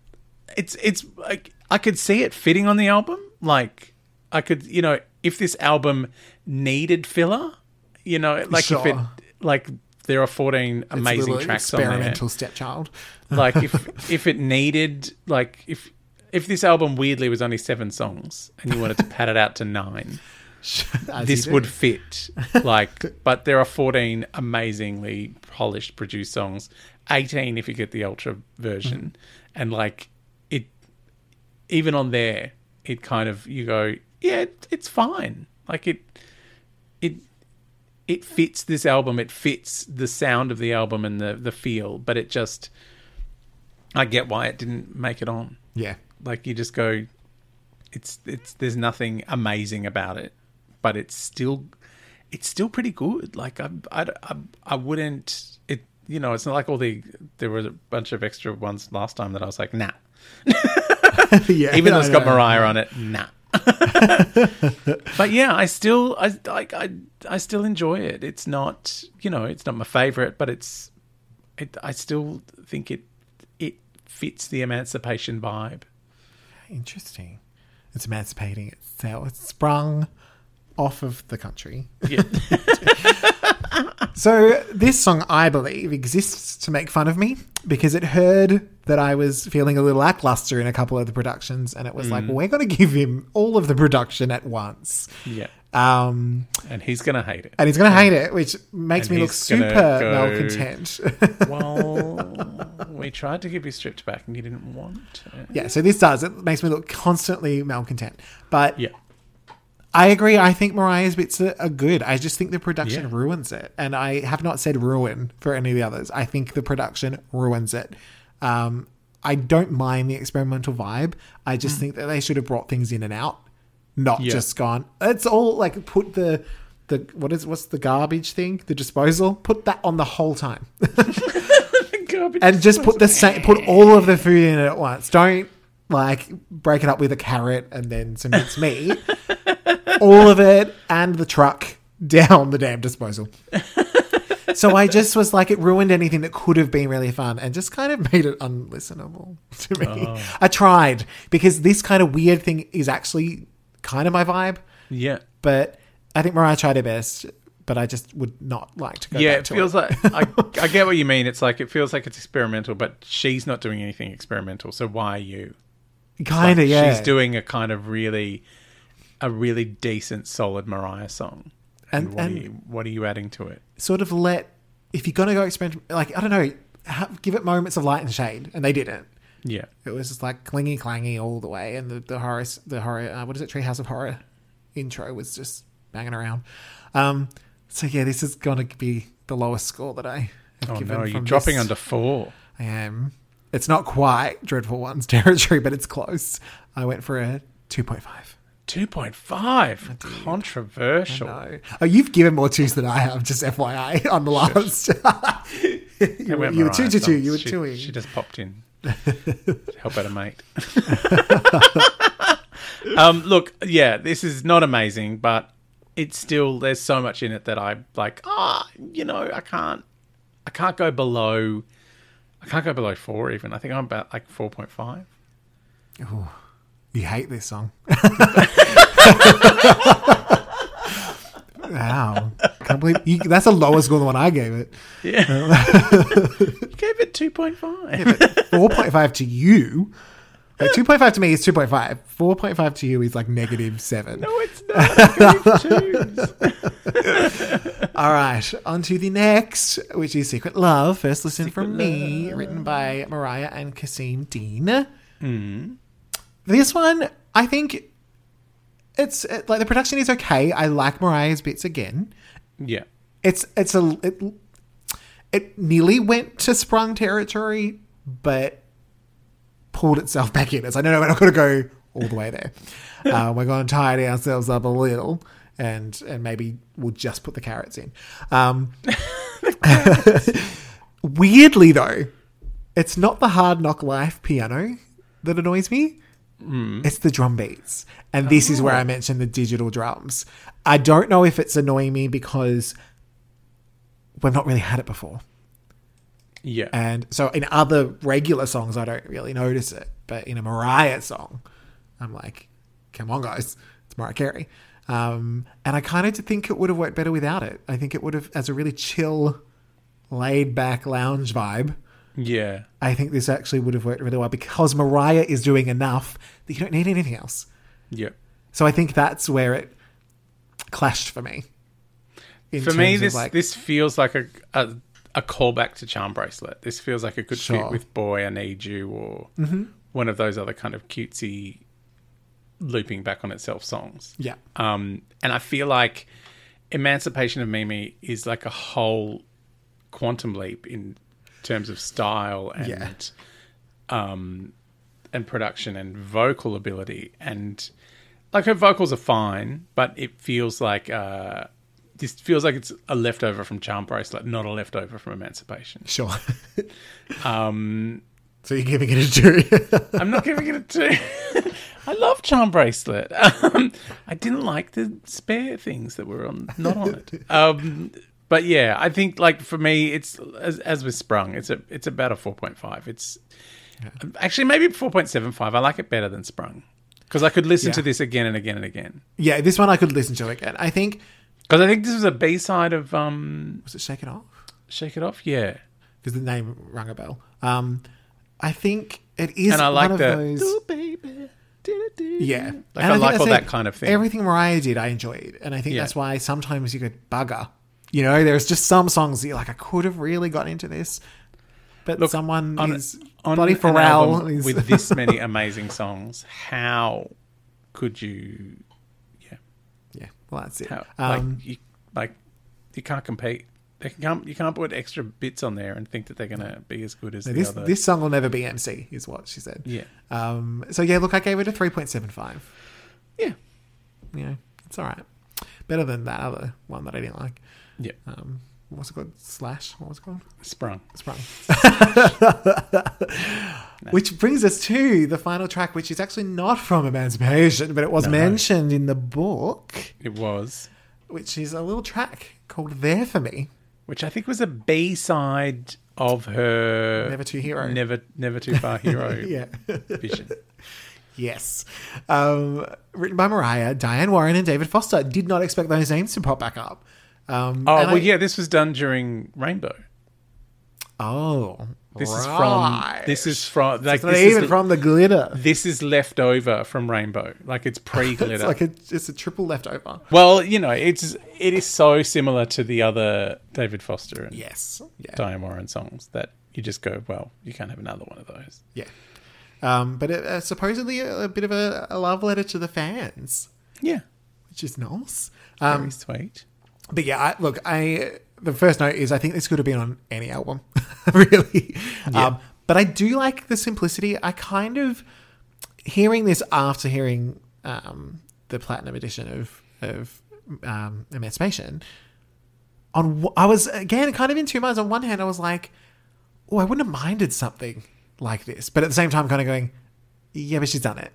Speaker 2: It's it's like I could see it fitting on the album. Like I could, you know, if this album needed filler, you know, like if it
Speaker 1: Sure.
Speaker 2: like there are fourteen
Speaker 1: It's a
Speaker 2: amazing
Speaker 1: little
Speaker 2: tracks on there.
Speaker 1: experimental stepchild. (laughs)
Speaker 2: Like if if it needed like if if this album weirdly was only seven songs and you wanted to pad it out to nine,
Speaker 1: As
Speaker 2: this
Speaker 1: you do. (laughs)
Speaker 2: would fit. Like, but there are 14 amazingly polished produced songs, 18 if you get the ultra version,
Speaker 1: Mm-hmm.
Speaker 2: and like it, even on there, it kind of you go, yeah, it, it's fine. Like it, it it fits this album. It fits the sound of the album and the the feel. But it just, I get why it didn't make it on.
Speaker 1: Yeah.
Speaker 2: Like you just go, it's it's there's nothing amazing about it, but it's still it's still pretty good. Like I I I, I wouldn't it you know it's not like all the there were a bunch of extra ones last time that I was like
Speaker 1: (laughs)
Speaker 2: nah.
Speaker 1: yeah.
Speaker 2: Even though
Speaker 1: No,
Speaker 2: it's got
Speaker 1: no, no.
Speaker 2: Mariah on
Speaker 1: (laughs)
Speaker 2: it, nah. but yeah, I still I like I I still enjoy it. It's not you know it's not my favorite, but it's it, I still think it it fits the emancipation vibe.
Speaker 1: Interesting. It's emancipating itself. It's sprung off of the country.
Speaker 2: Yeah.
Speaker 1: (laughs) So this song, I believe, exists to make fun of me because it heard that I was feeling a little lackluster in a couple of the productions, and it was like,
Speaker 2: Mm.
Speaker 1: we're going to give him all of the production at once.
Speaker 2: yeah,
Speaker 1: Um,
Speaker 2: and he's gonna hate it.
Speaker 1: and he's going to hate it, which makes
Speaker 2: And
Speaker 1: me look
Speaker 2: he's gonna
Speaker 1: super
Speaker 2: go-
Speaker 1: malcontent. (laughs)
Speaker 2: Well, we tried to give you stripped back, and you didn't want. It.
Speaker 1: yeah, so this does. It makes me look constantly malcontent. But
Speaker 2: (laughs) Yeah,
Speaker 1: I agree. I think Mariah's bits are, are good. I just think the production
Speaker 2: Yeah.
Speaker 1: ruins it. And I have not said ruin for any of the others. I think the production ruins it. Um, I don't mind the experimental vibe. I just think that they should have brought things in and out, not
Speaker 2: Hmm. Yeah.
Speaker 1: just gone. It's all like put the the what is what's the garbage thing? The disposal. Put that on the whole time, (laughs)
Speaker 2: Garbage
Speaker 1: and just put the same. Put all of the food in it at once. Don't like break it up with a carrot and then some mince
Speaker 2: (laughs)
Speaker 1: meat. all of it and the truck down the damn disposal. so I just was like, it ruined anything that could have been really fun and just kind of made it unlistenable to me.
Speaker 2: Oh.
Speaker 1: I tried because this kind of weird thing is actually kind of my vibe,
Speaker 2: yeah.
Speaker 1: but I think Mariah tried her best, but I just would not like to go
Speaker 2: Yeah,
Speaker 1: back
Speaker 2: it
Speaker 1: to
Speaker 2: feels
Speaker 1: it.
Speaker 2: like I, I get what you mean. It's like it feels like it's experimental, but she's not doing anything experimental. So why are you?
Speaker 1: Kind of,
Speaker 2: Like,
Speaker 1: yeah.
Speaker 2: She's doing a kind of really, a really decent, solid Mariah song. And,
Speaker 1: And-
Speaker 2: what,
Speaker 1: and-
Speaker 2: are you, what are you adding to it?
Speaker 1: sort of let if you're gonna go experiment, like I don't know, ha give it moments of light and shade, and they didn't.
Speaker 2: Yeah,
Speaker 1: It was just like clingy clangy all the way, and the the horror the horror uh, what is it Treehouse of Horror intro was just banging around. Um, so yeah, this is gonna be the lowest score that I have
Speaker 2: oh
Speaker 1: given.
Speaker 2: no, you're
Speaker 1: from
Speaker 2: dropping
Speaker 1: this.
Speaker 2: under four.
Speaker 1: I am. It's not quite dreadful ones (laughs) territory, but it's close. I went for a two point five.
Speaker 2: Two point five, controversial.
Speaker 1: No. Oh, you've given more twos than I have. Just FYI, (laughs) on the last. (laughs) you,
Speaker 2: It
Speaker 1: were,
Speaker 2: went
Speaker 1: you were
Speaker 2: Mariah
Speaker 1: two to two.
Speaker 2: songs.
Speaker 1: You were
Speaker 2: she,
Speaker 1: chewing.
Speaker 2: She just popped in.
Speaker 1: (laughs)
Speaker 2: Help out a mate. (laughs) um, look, yeah, this is not amazing, but it's still there's so much in it that I like. Ah, you know, I can't, I can't go below, I can't go below four. Even I think I'm about like four point five.
Speaker 1: Ooh, you hate this song. (laughs) wow. Can't believe you, that's a lower score than what I gave it.
Speaker 2: Yeah, (laughs) you gave it two point five.
Speaker 1: 4.5 to you. Like 2.5 to me is 2.5. 4.5 to you is like negative 7.
Speaker 2: (laughs) No, it's not. I gave
Speaker 1: (laughs)
Speaker 2: twos.
Speaker 1: All right. On to the next, which is Secret Love. First listen from me, written by Mariah and Kasim Dean. This one, I think it's it, like the production is okay. I like Mariah's bits again.
Speaker 2: Yeah,
Speaker 1: it's it's a it, it nearly went to sprung territory but pulled itself back in it's like no no we're not going to go all the way there uh, we're going to tidy ourselves up a little and and maybe we'll just put the carrots in um (laughs) weirdly though it's not the hard knock life piano that annoys me it's the drum beats. And this is where I mentioned the digital drums. I don't know if it's annoying me because we've not really had it before.
Speaker 2: yeah.
Speaker 1: And so in other regular songs, I don't really notice it. But in a Mariah song, I'm like, come on, guys. It's Mariah Carey. Um, and I kind of think it would have worked better without it. I think it would have, as a really chill, laid back lounge vibe,
Speaker 2: yeah.
Speaker 1: I think this actually would have worked really well because Mariah is doing enough that you don't need anything else.
Speaker 2: Yeah.
Speaker 1: So I think that's where it clashed for me. In
Speaker 2: For
Speaker 1: terms
Speaker 2: me,
Speaker 1: of,
Speaker 2: this this feels like a, a a callback to Charm Bracelet. This feels like a good
Speaker 1: Sure. Mm-hmm.
Speaker 2: fit with Boy I Need You or one of those other kind of cutesy looping back on itself songs.
Speaker 1: yeah,
Speaker 2: Um, and I feel like Emancipation of Mimi is like a whole quantum leap in terms of style and
Speaker 1: Yeah.
Speaker 2: um and production and vocal ability and like her vocals are fine, but it feels like uh this feels like it's a leftover from Charm Bracelet, not a leftover from Emancipation.
Speaker 1: Sure. (laughs) um, so you're giving it (laughs) a two.
Speaker 2: I'm not giving it a two. (laughs) I love Charm Bracelet. Um, I didn't like the spare things that were on not on it. Um, but yeah, I think like for me, it's as, as with Sprung, it's a it's about a four point five. It's actually maybe four point seven five. I like it better than Sprung because I could listen to
Speaker 1: Yeah.
Speaker 2: this again and again and again.
Speaker 1: yeah, this one I could listen to again. I think
Speaker 2: Because I think this was a B side of um,
Speaker 1: was it Shake It Off?
Speaker 2: Shake It Off. Yeah,
Speaker 1: Because the name rang a bell. Um, I think it is
Speaker 2: and I like
Speaker 1: one
Speaker 2: that.
Speaker 1: of those.
Speaker 2: Ooh, baby. Do-do-do.
Speaker 1: Yeah,
Speaker 2: like
Speaker 1: And
Speaker 2: I
Speaker 1: think
Speaker 2: like all
Speaker 1: that's
Speaker 2: that
Speaker 1: it.
Speaker 2: kind of thing.
Speaker 1: Everything Mariah did, I enjoyed, and I think
Speaker 2: Yeah.
Speaker 1: that's why sometimes you go bugger. You know, there's just some songs that you're like, I could have really got into this, but someone
Speaker 2: on-
Speaker 1: is
Speaker 2: on
Speaker 1: bloody
Speaker 2: an album
Speaker 1: Pharrell is, (laughs)
Speaker 2: with this many amazing songs, how could you?
Speaker 1: yeah, well that's it.
Speaker 2: How,
Speaker 1: um,
Speaker 2: like you like you can't compete. They can't. You can't put extra bits on there and think that they're going to be as good as the
Speaker 1: this
Speaker 2: other.
Speaker 1: this song will never be MC, is what she said.
Speaker 2: yeah,
Speaker 1: Um, so yeah, look, I gave it a three point seven five.
Speaker 2: yeah,
Speaker 1: You know, it's all right. Better than that other one that I didn't like.
Speaker 2: yeah.
Speaker 1: Um, what's it called? Slash. What was it called?
Speaker 2: Sprung. (laughs)
Speaker 1: Sprung. Which brings us to the final track, which is actually not from Emancipation, but it was mentioned in the book,
Speaker 2: It was,
Speaker 1: which is a little track called There For Me.
Speaker 2: which I think was a B side of her
Speaker 1: Never Too Hero.
Speaker 2: Never, never
Speaker 1: (laughs)
Speaker 2: too far hero.
Speaker 1: Yeah.
Speaker 2: vision.
Speaker 1: yes. Um, written by Mariah, Diane Warren, and David Foster. Did not expect those names to pop back up. Um,
Speaker 2: Oh
Speaker 1: and
Speaker 2: well,
Speaker 1: I-
Speaker 2: yeah. This was done during Rainbow.
Speaker 1: Oh.
Speaker 2: This
Speaker 1: right.
Speaker 2: is from. This is from. Like
Speaker 1: It's not
Speaker 2: this
Speaker 1: even
Speaker 2: is,
Speaker 1: from the glitter.
Speaker 2: this is left over from Rainbow.
Speaker 1: (laughs)
Speaker 2: Like it's pre
Speaker 1: It's
Speaker 2: glitter.
Speaker 1: like a, it's a triple leftover.
Speaker 2: well, you know, it's it is so similar to the other David Foster and
Speaker 1: Yes. Yeah.
Speaker 2: Diane Warren songs that you just go, well, you can't have another one of those.
Speaker 1: Yeah. Um, but it, uh, supposedly a, a bit of a, a love letter to the fans,
Speaker 2: Yeah,
Speaker 1: which is nice.
Speaker 2: very
Speaker 1: Um,
Speaker 2: sweet.
Speaker 1: but yeah, I, look, I the first note is I think this could have been on any album, (laughs) really. Um, but I do like the simplicity. I kind of hearing this after hearing um, the platinum edition of of um, Emancipation. On wh- I was again kind of in two minds. On one hand, I was like, "Oh, I wouldn't have minded something like this," but at the same time, kind of going, "Yeah, but she's done it."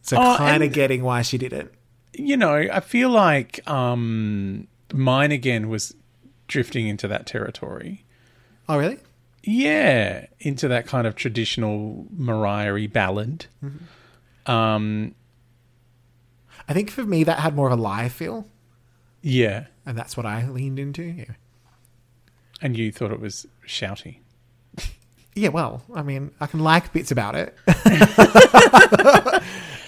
Speaker 1: So
Speaker 2: Oh,
Speaker 1: kind of
Speaker 2: and-
Speaker 1: getting why she did it.
Speaker 2: You know, I feel like um, mine again was drifting into that territory.
Speaker 1: Oh, really?
Speaker 2: Yeah, into that kind of traditional Mariah ballad.
Speaker 1: Mm.
Speaker 2: Um,
Speaker 1: I think for me that had more of a live feel.
Speaker 2: yeah,
Speaker 1: and that's what I leaned into. Yeah,
Speaker 2: and you thought it was shouty.
Speaker 1: yeah well, I mean, I can like bits about
Speaker 2: (laughs)
Speaker 1: it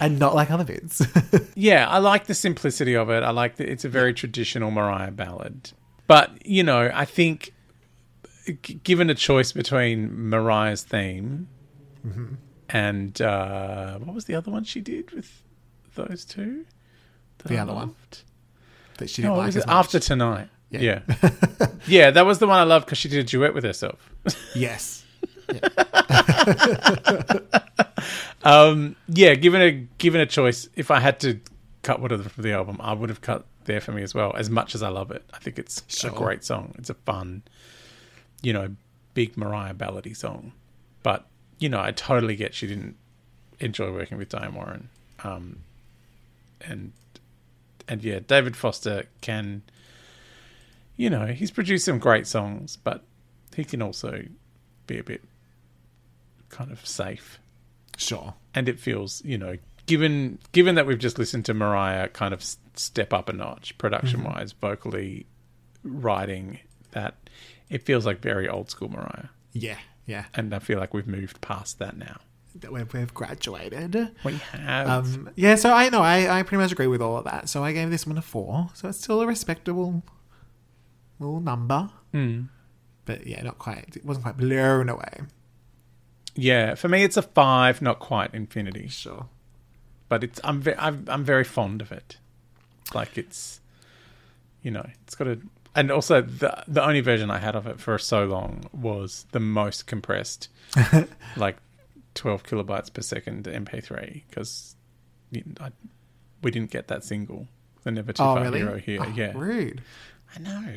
Speaker 1: and not like other bits. (laughs)
Speaker 2: Yeah, I like the simplicity of it. I like that it's a very traditional Mariah ballad. But, you know, I think g- given a choice between Mariah's theme
Speaker 1: Mm-hmm.
Speaker 2: and uh, what was the other one she did with those two? that
Speaker 1: The
Speaker 2: I
Speaker 1: other one.
Speaker 2: loved?
Speaker 1: that she
Speaker 2: No,
Speaker 1: didn't
Speaker 2: what
Speaker 1: like
Speaker 2: was
Speaker 1: as
Speaker 2: it?
Speaker 1: much.
Speaker 2: After Tonight.
Speaker 1: Yeah.
Speaker 2: Yeah.
Speaker 1: (laughs)
Speaker 2: Yeah. that was the one I loved because she did a duet with herself.
Speaker 1: Yes.
Speaker 2: Um, yeah, given a given a choice, if I had to cut one of them from the album, I would have cut there for me as well. As much as I love it, I think it's
Speaker 1: Sure.
Speaker 2: a great song. It's a fun, you know, big Mariah ballady song. But you know, I totally get she didn't enjoy working with Diane Warren, um, and and yeah, David Foster can, you know, he's produced some great songs, but he can also be a bit kind of safe
Speaker 1: Sure.
Speaker 2: and it feels you know given given that we've just listened to mariah kind of s- step up a notch production wise vocally writing that it feels like very old school mariah
Speaker 1: Yeah. Yeah.
Speaker 2: and i feel like we've moved past that now
Speaker 1: That we've, we've graduated.
Speaker 2: we have
Speaker 1: Um, yeah. So I know I, I pretty much agree with all of that. So I gave this one a four. So it's still a respectable little number.
Speaker 2: Hmm.
Speaker 1: But yeah, not quite. It wasn't quite blown away.
Speaker 2: yeah for me it's a five not quite infinity
Speaker 1: Sure.
Speaker 2: but it's i'm, ve- I'm, I'm very fond of it like it's you know, it's got to. And also, the the only version I had of it for so long was the most
Speaker 1: (laughs)
Speaker 2: compressed, like twelve kilobytes per second MP3, because we didn't get that single. The Never Too
Speaker 1: Oh,
Speaker 2: Far
Speaker 1: really?
Speaker 2: Hero here,
Speaker 1: Oh,
Speaker 2: yeah.
Speaker 1: Rude.
Speaker 2: I know.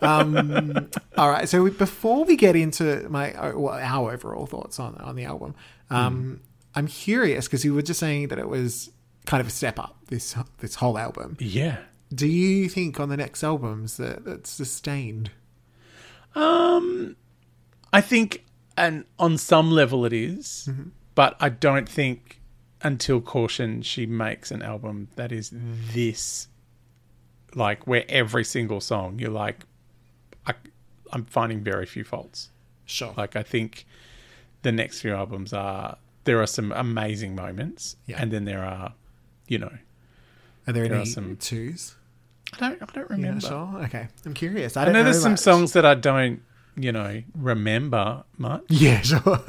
Speaker 1: um, all right. So we, before we get into my uh, well, our overall thoughts on on the album,
Speaker 2: Mm.
Speaker 1: um, I'm curious because you were just saying that it was kind of a step up this this whole album.
Speaker 2: Yeah.
Speaker 1: Do you think on the next albums that that's sustained?
Speaker 2: I think, and on some level it is,
Speaker 1: Mm-hmm.
Speaker 2: but I don't think until Caution she makes an album that is this, like where every single song you're like, I, I'm finding very few faults.
Speaker 1: Sure.
Speaker 2: Like I think the next few albums are there are some amazing moments,
Speaker 1: Yeah.
Speaker 2: and then there are, you know,
Speaker 1: Are there,
Speaker 2: there
Speaker 1: any
Speaker 2: are some-
Speaker 1: twos?
Speaker 2: I don't I don't
Speaker 1: Yeah,
Speaker 2: remember.
Speaker 1: sure. Okay. I'm curious. I
Speaker 2: I
Speaker 1: don't
Speaker 2: know
Speaker 1: know.
Speaker 2: there's some
Speaker 1: much.
Speaker 2: songs that I don't, you know, remember much.
Speaker 1: (laughs) Yeah, sure. (laughs)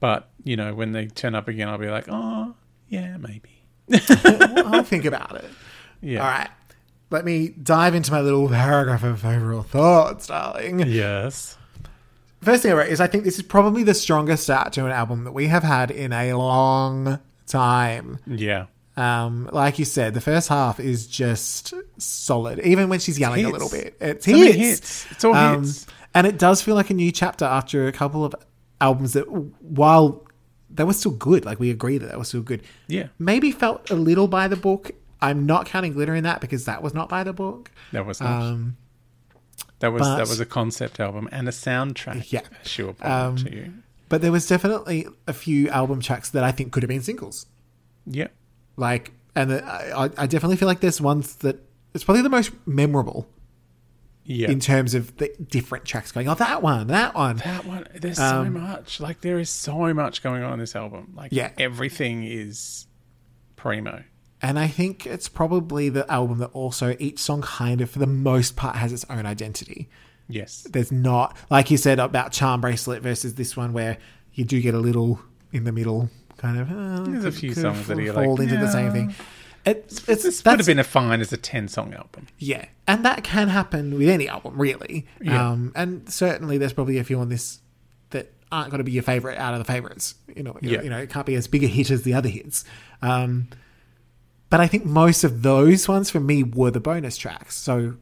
Speaker 2: But you know, when they turn up again, I'll be like, oh yeah, maybe.
Speaker 1: I'll think about it.
Speaker 2: Yeah.
Speaker 1: All right. Let me dive into my little paragraph of overall thoughts, darling.
Speaker 2: Yes.
Speaker 1: First thing I wrote is I think this is probably the strongest start to an album that we have had in a long time.
Speaker 2: Yeah.
Speaker 1: Um, like you said, the first half is just solid, even when she's yelling a
Speaker 2: Hits.
Speaker 1: little bit. It's
Speaker 2: So many
Speaker 1: hits.
Speaker 2: hits. It's all
Speaker 1: Um,
Speaker 2: hits.
Speaker 1: And it does feel like a new chapter after a couple of albums that, while they were still good, like we agree that they were still good,
Speaker 2: Yeah.
Speaker 1: maybe felt a little by the book. I'm not counting glitter in that because that was not by the book.
Speaker 2: That was nice.
Speaker 1: Um,
Speaker 2: that was
Speaker 1: but-
Speaker 2: that was a concept album and a soundtrack.
Speaker 1: Yeah.
Speaker 2: Sure. Um, to you.
Speaker 1: but there was definitely a few album tracks that I think could have been singles.
Speaker 2: Yeah.
Speaker 1: Like, and the, I, I- I definitely feel like there's ones that it's probably the most memorable
Speaker 2: Yeah.
Speaker 1: in terms of the different tracks going. Oh, that one, that one.
Speaker 2: that one. There's so much. Like there is so much going on in this album. Like
Speaker 1: um, Yeah.
Speaker 2: everything is primo.
Speaker 1: And I think it's probably the album that also each song kind of, for the most part, has its own identity.
Speaker 2: Yes.
Speaker 1: There's not, like you said about Charm Bracelet versus this one where you do get a little in the middle kind of. uh,
Speaker 2: There's a few
Speaker 1: could
Speaker 2: songs that are
Speaker 1: fall
Speaker 2: like,
Speaker 1: into the
Speaker 2: yeah.
Speaker 1: same thing. It's, it's,
Speaker 2: This would
Speaker 1: that's
Speaker 2: have been a fine as a ten song album.
Speaker 1: Yeah, and that can happen with any album, really.
Speaker 2: Yeah.
Speaker 1: Um, and certainly, there's probably a few on this that aren't going to be your favorite out of the favorites. You know,
Speaker 2: Yeah.
Speaker 1: you know, it can't be as big a hit as the other hits. Um, but I think most of those ones for me were the bonus tracks, so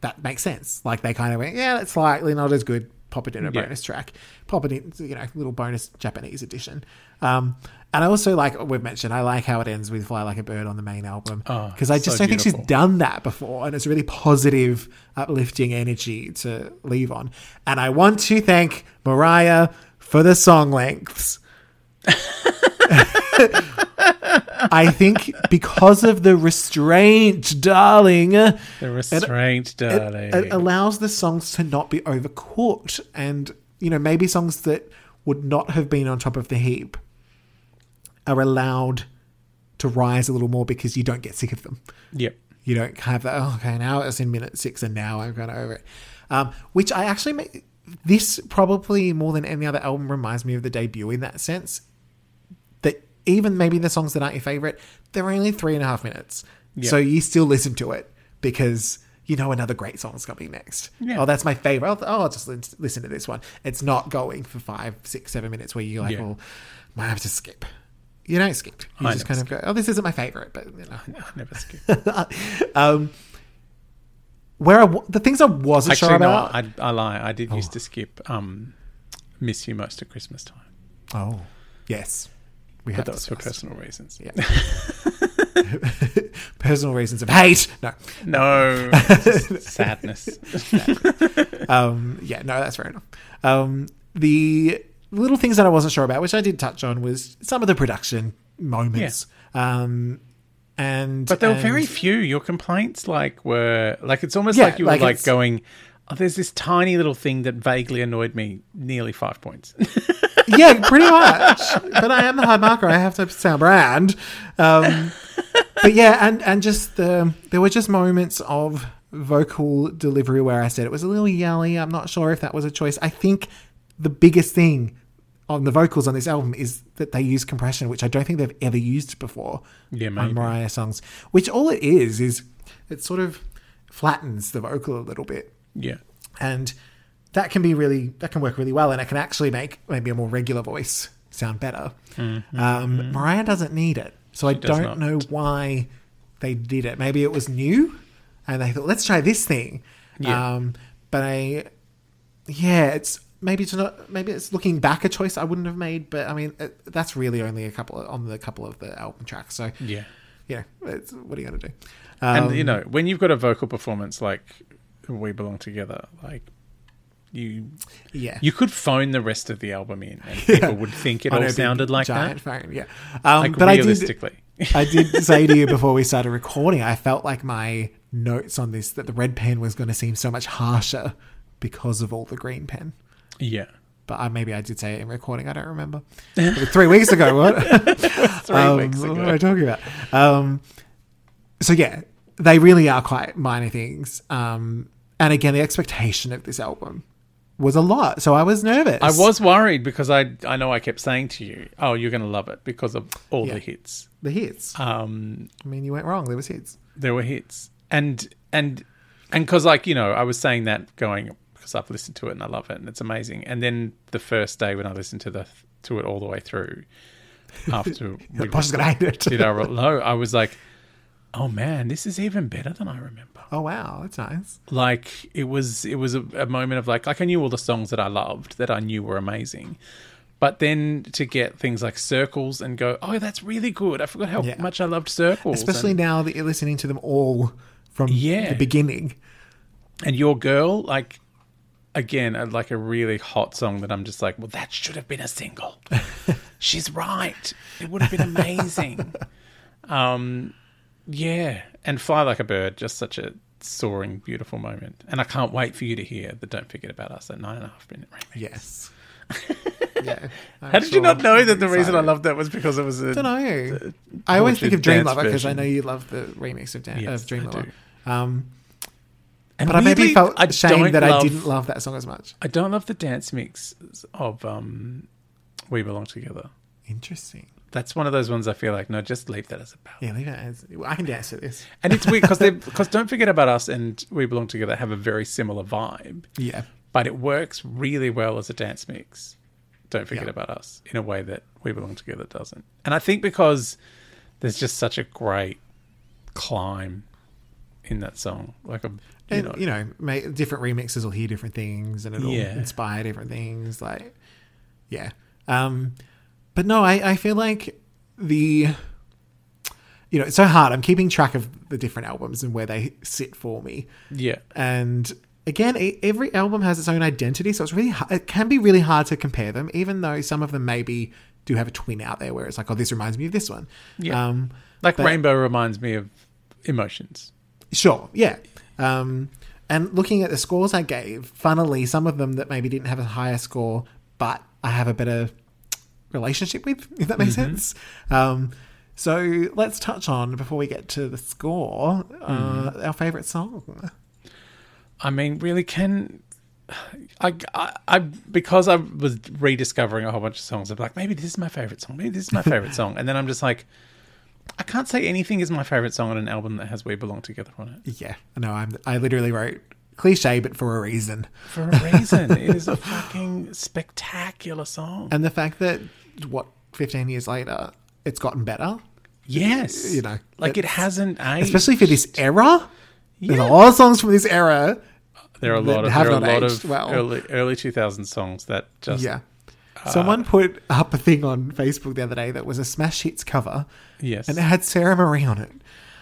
Speaker 1: that makes sense. Like they kind of went, yeah, that's slightly not as good. Pop it in a
Speaker 2: Yeah.
Speaker 1: bonus track. Pop it in, you know, little bonus Japanese edition. Um, and I also like we've mentioned. I like how it ends with "Fly Like a Bird" on the main album
Speaker 2: Oh,
Speaker 1: because I just
Speaker 2: so
Speaker 1: don't think she's
Speaker 2: beautiful.
Speaker 1: done that before, and it's really positive, uplifting energy to leave on. And I want to thank Mariah for the song lengths. I
Speaker 2: (laughs)
Speaker 1: think because of the restraint, darling, it,
Speaker 2: The restraint, darling.
Speaker 1: it allows the songs to not be overcooked, and you know maybe songs that would not have been on top of the heap are allowed to rise a little more because you don't get sick of them
Speaker 2: yep.
Speaker 1: you don't have that. Oh, okay, now it's in minute six, and now I'm kind of over it. Um, which I actually make this probably more than any other album reminds me of the debut in that sense. That even maybe the songs that aren't your favorite, they're only three and a half minutes,
Speaker 2: Yeah.
Speaker 1: so you still listen to it because you know another great song's coming next.
Speaker 2: Yeah.
Speaker 1: Oh, that's my favorite. Oh, I'll just lis- listen to this one. It's not going for five, six, seven minutes where you're like,
Speaker 2: Yeah.
Speaker 1: well, might have to skip. You don't skip. You
Speaker 2: I
Speaker 1: just kind
Speaker 2: never
Speaker 1: of go, oh, this isn't my favorite, but you know,
Speaker 2: I never skip.
Speaker 1: um, where I w- the things I wasn't
Speaker 2: Actually,
Speaker 1: sure
Speaker 2: no,
Speaker 1: about.
Speaker 2: I, I lie. I did used to skip um, Miss You Most at Christmas time.
Speaker 1: oh, yes, we
Speaker 2: But
Speaker 1: have
Speaker 2: that was for
Speaker 1: discussed.
Speaker 2: personal reasons.
Speaker 1: Yeah. (laughs) personal reasons of hate. No, (laughs)
Speaker 2: No. just sadness.
Speaker 1: um, yeah, no, that's fair enough. Um, the little things that I wasn't sure about, which I did touch on, was some of the production moments. Um, and
Speaker 2: But there were
Speaker 1: and-
Speaker 2: very few. Your complaints, like, were like it's almost
Speaker 1: Yeah,
Speaker 2: like you were
Speaker 1: like,
Speaker 2: like,
Speaker 1: it's-
Speaker 2: going, "Oh, there's this tiny little thing that vaguely annoyed me." Nearly
Speaker 1: (laughs)
Speaker 2: five points.
Speaker 1: yeah, pretty much. But I am the high marker. I have to sound brand. Um, but yeah, and and just the there were just moments of vocal delivery where I said it was a little yelly. I'm not sure if that was a choice. I think the biggest thing on the vocals on this album is that they use compression, which I don't think they've ever used before
Speaker 2: Yeah,
Speaker 1: on
Speaker 2: maybe.
Speaker 1: Mariah songs. Which all it is is it sort of flattens the vocal a little bit,
Speaker 2: Yeah.
Speaker 1: and that can be really that can work really well, and it can actually make maybe a more regular voice sound better. Um, Mariah doesn't need it, so I
Speaker 2: Mm-hmm. does
Speaker 1: don't
Speaker 2: not.
Speaker 1: know why they did it. Maybe it was new, and they thought let's try this thing.
Speaker 2: Yeah.
Speaker 1: Um, but I yeah, it's maybe it's not maybe it's looking back a choice I wouldn't have made, but I mean it, that's really only a couple of, on the couple of the album tracks. So
Speaker 2: Yeah.
Speaker 1: yeah, it's, what are you gonna do?
Speaker 2: And
Speaker 1: Um,
Speaker 2: you know, when you've got a vocal performance like "We Belong Together," like you,
Speaker 1: yeah,
Speaker 2: you could phone the rest of the album in,
Speaker 1: (laughs)
Speaker 2: and people would think it
Speaker 1: On a
Speaker 2: all
Speaker 1: big
Speaker 2: sounded like
Speaker 1: giant
Speaker 2: that.
Speaker 1: phone, yeah, um,
Speaker 2: Like
Speaker 1: but I did.
Speaker 2: realistically,
Speaker 1: I did say to you before we started recording, I felt like my notes on this that the red pen was going to seem so much harsher because of all the green pen.
Speaker 2: yeah.
Speaker 1: But I, maybe I did say it in recording. I don't
Speaker 2: (laughs)
Speaker 1: remember. It was three weeks ago, what?
Speaker 2: Three
Speaker 1: Um,
Speaker 2: weeks ago,
Speaker 1: What am I talking about? Um, so yeah, they really are quite minor things. Um, and again, the expectation of this album was a lot, so I was nervous.
Speaker 2: I was worried because I I know I kept saying to you, "Oh, you're going to love it because of all
Speaker 1: Yeah.
Speaker 2: the hits."
Speaker 1: the hits.
Speaker 2: Um,
Speaker 1: I mean, you went wrong. There was hits.
Speaker 2: there were hits, and and and because like you know, I was saying that going because I've listened to it and I love it and it's amazing. And then the first day when I listened to the to it all the way
Speaker 1: (laughs)
Speaker 2: through, after
Speaker 1: The
Speaker 2: we
Speaker 1: boss is gonna hate it.
Speaker 2: did our low, I was like, "Oh man, this is even better than I remember."
Speaker 1: (laughs) oh wow, that's nice.
Speaker 2: like it was it was a, a moment of like like I knew all the songs that I loved that I knew were amazing, but then to get things like circles and go oh that's really good I forgot how
Speaker 1: Yeah.
Speaker 2: much I loved circles
Speaker 1: Especially
Speaker 2: and,
Speaker 1: now that you're listening to them all from
Speaker 2: Yeah.
Speaker 1: the beginning.
Speaker 2: and your girl like again a, like a really hot song that I'm just like well that should have been a
Speaker 1: (laughs)
Speaker 2: single she's right it would have been
Speaker 1: (laughs)
Speaker 2: amazing um yeah and fly like a bird just such a soaring beautiful moment and I can't wait for you to hear the don't forget about us at nine and a half minute remix.
Speaker 1: Yes. (laughs) yeah.
Speaker 2: How did you not know that the reason I loved that was because it was a.
Speaker 1: I don't know. I always think of
Speaker 2: Dance
Speaker 1: Dreamlover because I
Speaker 2: version.
Speaker 1: know you love the remix of, Dan-
Speaker 2: Yes,
Speaker 1: of
Speaker 2: I
Speaker 1: Dreamlover.
Speaker 2: do.
Speaker 1: Um,
Speaker 2: And
Speaker 1: but I maybe
Speaker 2: weirdly,
Speaker 1: felt
Speaker 2: I don't
Speaker 1: ashamed that I
Speaker 2: love-
Speaker 1: didn't love that song as much.
Speaker 2: I don't love the dance mix of um, We Belong Together.
Speaker 1: Interesting.
Speaker 2: That's one of those ones I feel like, no, just leave that as a ballad.
Speaker 1: Yeah, leave it as. well, I can dance to this.
Speaker 2: And it's weird because because don't forget about us and We Belong Together have a very similar vibe,
Speaker 1: Yeah.
Speaker 2: but it works really well as a dance mix. Don't forget
Speaker 1: Yeah.
Speaker 2: about us in a way that We Belong Together doesn't. And I think because there's just such a great climb in that song, like a you
Speaker 1: And,
Speaker 2: know,
Speaker 1: you know, ma different remixes will hear different things and it'll
Speaker 2: Yeah.
Speaker 1: inspire different things. Like, yeah. Um, but no, I, I feel like the, you know, it's so hard. I'm keeping track of the different albums and where they sit for me.
Speaker 2: yeah.
Speaker 1: And again, e- every album has its own identity, so it's really hard, it can be really hard to compare them, even though some of them maybe do have a twin out there where it's like, oh, this reminds me of this one.
Speaker 2: Yeah.
Speaker 1: Um,
Speaker 2: Like
Speaker 1: But-
Speaker 2: Rainbow reminds me of emotions.
Speaker 1: Sure, yeah. Um, and looking at the scores I gave, funnily, some of them that maybe didn't have a higher score, but I have a better relationship with, if that makes sense. Um, so let's touch on, before we get to the score, uh, our favourite song.
Speaker 2: I mean, really, can I, I? I because I was rediscovering a whole bunch of songs. I'm like, maybe this is my favorite song. Maybe this is my favorite song. And then I'm just like, I can't say anything is my favorite song on an album that has "We Belong Together" on it
Speaker 1: Yeah, no, I'm, I literally wrote cliche, but for a reason.
Speaker 2: for (laughs) a reason. it is a fucking spectacular song.
Speaker 1: And the fact that, what, 15 years later, it's gotten better,
Speaker 2: yes,
Speaker 1: you know,
Speaker 2: like it hasn't aged.
Speaker 1: especially for this era. There's a
Speaker 2: Yeah.
Speaker 1: lot of songs from this era.
Speaker 2: there are a
Speaker 1: that
Speaker 2: lot of
Speaker 1: have
Speaker 2: there are a
Speaker 1: not
Speaker 2: lot
Speaker 1: aged
Speaker 2: of
Speaker 1: well.
Speaker 2: early early 2000 songs that just
Speaker 1: Yeah.
Speaker 2: Uh,
Speaker 1: Someone put up a thing on Facebook the other day that was a Smash Hits cover
Speaker 2: yes Oh.
Speaker 1: and it had Sarah Marie on it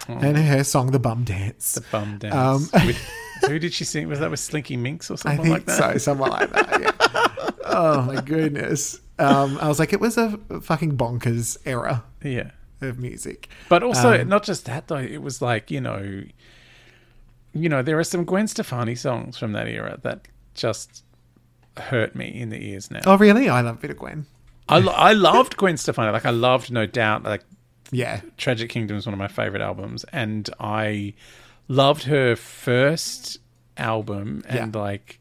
Speaker 1: and her song The Bum Dance.
Speaker 2: the bum dance. (laughs) with, who did she sing? Was that with Slinky Minx or
Speaker 1: Um, I
Speaker 2: something
Speaker 1: think
Speaker 2: like that?
Speaker 1: so, somewhat like that.
Speaker 2: (laughs)
Speaker 1: Yeah. oh my goodness. Um, I was like, it was a fucking bonkers era
Speaker 2: Yeah.
Speaker 1: of music.
Speaker 2: But also,
Speaker 1: Um,
Speaker 2: not just that though. It was like you know, you know, there are some Gwen Stefani songs from that era that just hurt me in the ears now.
Speaker 1: Oh, really? I love a bit of Gwen.
Speaker 2: I, lo- I loved Gwen Stefani. Like I loved No Doubt. Like (laughs)
Speaker 1: Yeah.
Speaker 2: Tragic Kingdom is one of my favorite albums, and I loved her first album. And
Speaker 1: Yeah.
Speaker 2: like,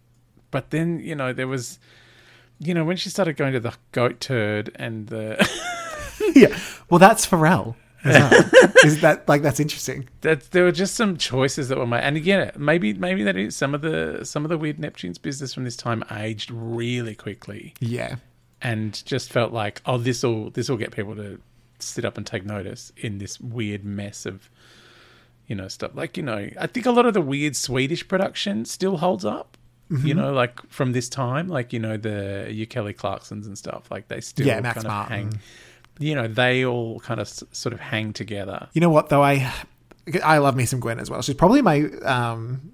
Speaker 2: but then you know there was you know, when she started going to the goat turd and the
Speaker 1: yeah. Well, that's Pharrell. as
Speaker 2: (laughs)
Speaker 1: well. Is that like that's interesting?
Speaker 2: that there were just some choices that were made, and again, maybe maybe that is some of the some of the weird Neptune's business from this time aged really quickly,
Speaker 1: Yeah.
Speaker 2: and just felt like, oh, this will this will get people to sit up and take notice in this weird mess of, you know, stuff like you know, I think a lot of the weird Swedish production still holds up.
Speaker 1: Mm-hmm.
Speaker 2: You know, like from this time, like you know the your Kelly Clarksons and stuff, like they still
Speaker 1: Yeah, Max
Speaker 2: kind of
Speaker 1: Martin.
Speaker 2: hang. You know, they all kind of s- sort of hang together.
Speaker 1: You know what though? I I love me some Gwen as well. She's probably my um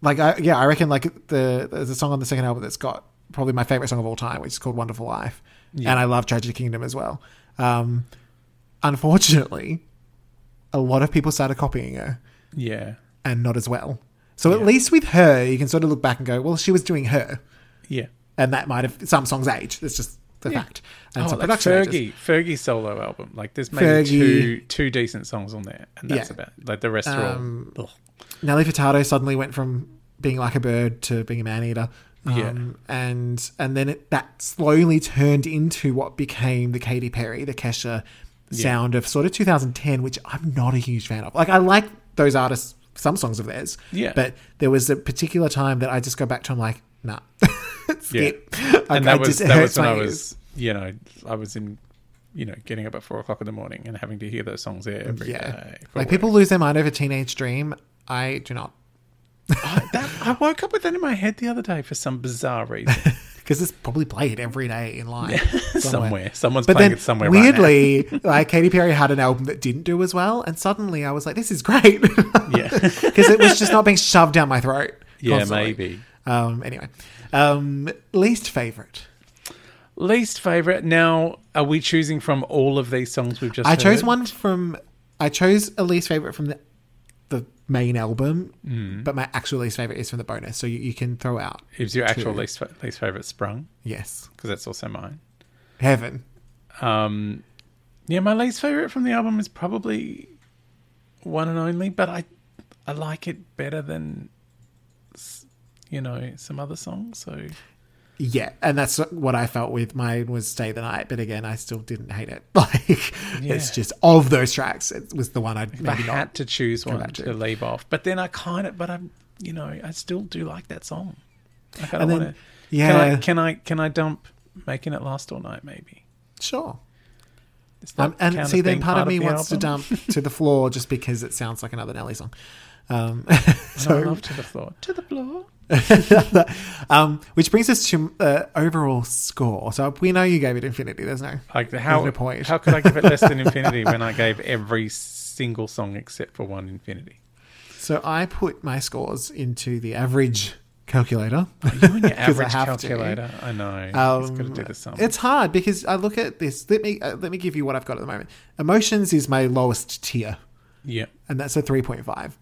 Speaker 1: like I yeah, I reckon like the there's a song on the second album that's got probably my favorite song of all time, which is called Wonderful Life. And I love Tragic Kingdom as well. Um unfortunately, a lot of people started copying her
Speaker 2: Yeah,
Speaker 1: and not as well. So at least with her, you can sort of look back and go, well, she was doing her.
Speaker 2: yeah.
Speaker 1: And that might have some songs age. That's just the fact. And
Speaker 2: Oh,
Speaker 1: some
Speaker 2: like
Speaker 1: production ages.
Speaker 2: Fergie, Fergie solo album. Like there's maybe
Speaker 1: Fergie.
Speaker 2: two two decent songs on there, and that's
Speaker 1: Yeah.
Speaker 2: about like the rest
Speaker 1: Um,
Speaker 2: are all. Ugh.
Speaker 1: Nelly Furtado suddenly went from being like a bird to being a man eater. Um,
Speaker 2: Yeah.
Speaker 1: And and then it, that slowly turned into what became the Katy Perry, the Kesha sound of sort of 2010, which I'm not a huge fan of. Like I like those artists, some songs of theirs.
Speaker 2: Yeah.
Speaker 1: But there was a particular time that I just go back to I'm like, nah. (laughs) Skip. Like,
Speaker 2: And that
Speaker 1: I
Speaker 2: was
Speaker 1: just- (laughs) it
Speaker 2: that
Speaker 1: hurts
Speaker 2: was when
Speaker 1: my
Speaker 2: I
Speaker 1: ears.
Speaker 2: was you know I was in you know getting up at four o'clock in the morning and having to hear those songs there every day. for
Speaker 1: Like
Speaker 2: work.
Speaker 1: people lose their mind over Teenage Dream. I do not.
Speaker 2: that, I woke up with that in my head the other day for some
Speaker 1: (laughs)
Speaker 2: bizarre reason (laughs)
Speaker 1: Because it's probably played every day in life.
Speaker 2: somewhere. Someone's
Speaker 1: But
Speaker 2: playing
Speaker 1: then,
Speaker 2: it somewhere. right now.
Speaker 1: weirdly, (laughs) like Katy Perry had an album that didn't do as well, and suddenly I was like, "This is great," (laughs) because
Speaker 2: (laughs) yeah,
Speaker 1: it was just not being shoved down my throat.
Speaker 2: yeah,
Speaker 1: constantly.
Speaker 2: maybe.
Speaker 1: Um, anyway, um, least favorite.
Speaker 2: Least favorite. Now, are we choosing from all of these songs we've just?
Speaker 1: I chose
Speaker 2: heard?
Speaker 1: one from. I chose a least favorite from the the main album,
Speaker 2: Mm.
Speaker 1: but my actual least favorite is from the bonus. So you, you can throw out.
Speaker 2: Is your actual
Speaker 1: two.
Speaker 2: least fa- least favorite sprung?
Speaker 1: Yes,
Speaker 2: Because that's also mine.
Speaker 1: heaven.
Speaker 2: Um, yeah, my least favorite from the album is probably one and only, but I I like it better than s- you know some other songs. So
Speaker 1: Yeah, and that's what I felt with mine was "Stay the Night," but again, I still didn't hate it. (laughs) Like it's
Speaker 2: Yeah.
Speaker 1: just of those tracks, it was the one I'd
Speaker 2: if I
Speaker 1: maybe not
Speaker 2: had to choose one
Speaker 1: back to
Speaker 2: to
Speaker 1: it.
Speaker 2: leave off, but then I kind of, but I'm you know I still do like that song. Like, I don't
Speaker 1: And then-
Speaker 2: want to.
Speaker 1: yeah.
Speaker 2: Can I, can I can I dump making it last all night? Maybe.
Speaker 1: Sure.
Speaker 2: Does that
Speaker 1: Um, and
Speaker 2: count
Speaker 1: see,
Speaker 2: as
Speaker 1: then
Speaker 2: being
Speaker 1: part, of me
Speaker 2: the
Speaker 1: wants to
Speaker 2: album?
Speaker 1: dump
Speaker 2: (laughs)
Speaker 1: to the floor just because it sounds like another Nelly song. Um, (laughs)
Speaker 2: No, I
Speaker 1: so,
Speaker 2: love to the floor. To the floor.
Speaker 1: (laughs) um, which brings us to uh, overall score. So we know you gave it infinity. There's no.
Speaker 2: Like how
Speaker 1: no point.
Speaker 2: how could I give it less
Speaker 1: (laughs)
Speaker 2: than infinity when I gave every single song except for one infinity?
Speaker 1: So I put my scores into the average calculator.
Speaker 2: You (laughs) and your
Speaker 1: (laughs) 'Cause I
Speaker 2: average
Speaker 1: have to. Um,
Speaker 2: calculator. I know. it's got to do the sum.
Speaker 1: It's hard because I look at this. Let me uh, let me give you what I've got at the moment. Emotions is my lowest tier.
Speaker 2: yeah.
Speaker 1: and that's a 3.5.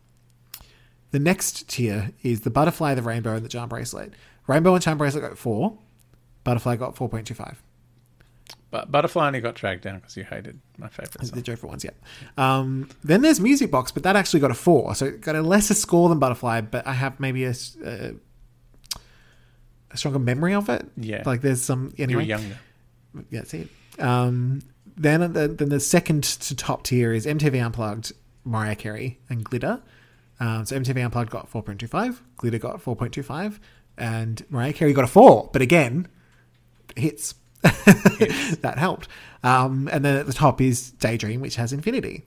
Speaker 1: The next tier is the butterfly, the rainbow, and the charm bracelet. Rainbow and charm bracelet got four. Butterfly got 4.25.
Speaker 2: But Butterfly only got dragged down because you hated my favorite
Speaker 1: The
Speaker 2: song.
Speaker 1: Joker ones, yeah. Um, then there's music box, but that actually got a four, so it got a lesser score than butterfly, but I have maybe a, s- a- a stronger memory of it.
Speaker 2: Yeah.
Speaker 1: like there's some anyway.
Speaker 2: You were younger.
Speaker 1: Yeah, that's it. Um, then, the, then the second to top tier is MTV Unplugged, Mariah Carey, and Glitter. Um, so MTV Unplugged got 4.25, Glitter got 4.25, and Mariah Carey got a 4. But again, hits. (laughs) that helped. Um, and then at the top is Daydream, which has Infinity.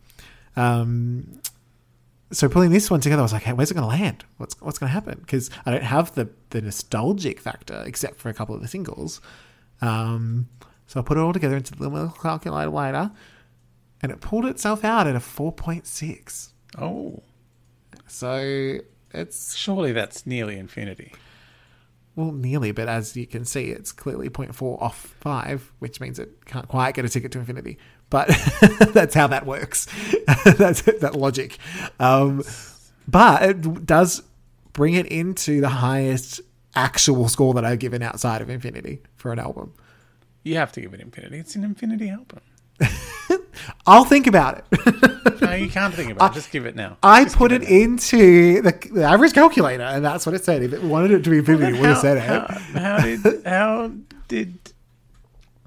Speaker 1: Um, so pulling this one together, I was like, hey, where's it going to land? What's what's going to happen? Because I don't have the the nostalgic factor except for a couple of the singles. Um, so I put it all together into the little calculator later, and it pulled itself out at a four point six.
Speaker 2: Oh,
Speaker 1: So it's
Speaker 2: surely that's nearly infinity.
Speaker 1: well nearly, but as you can see, it's clearly 0.4 off five, which means it can't quite get a ticket to infinity. But (laughs) that's how that works. (laughs) that's that logic. Um, but it does bring it into the highest actual score that I've given outside of infinity for an album.
Speaker 2: You have to give it infinity. It's an infinity album.
Speaker 1: I'll think about it. (laughs)
Speaker 2: No, you can't think about it. Just give it now.
Speaker 1: I
Speaker 2: Just
Speaker 1: put
Speaker 2: give
Speaker 1: it into the, the average calculator, and that's what it said. If it wanted it to be
Speaker 2: now.
Speaker 1: infinity, it would have
Speaker 2: How-
Speaker 1: said
Speaker 2: how,
Speaker 1: it.
Speaker 2: how did how did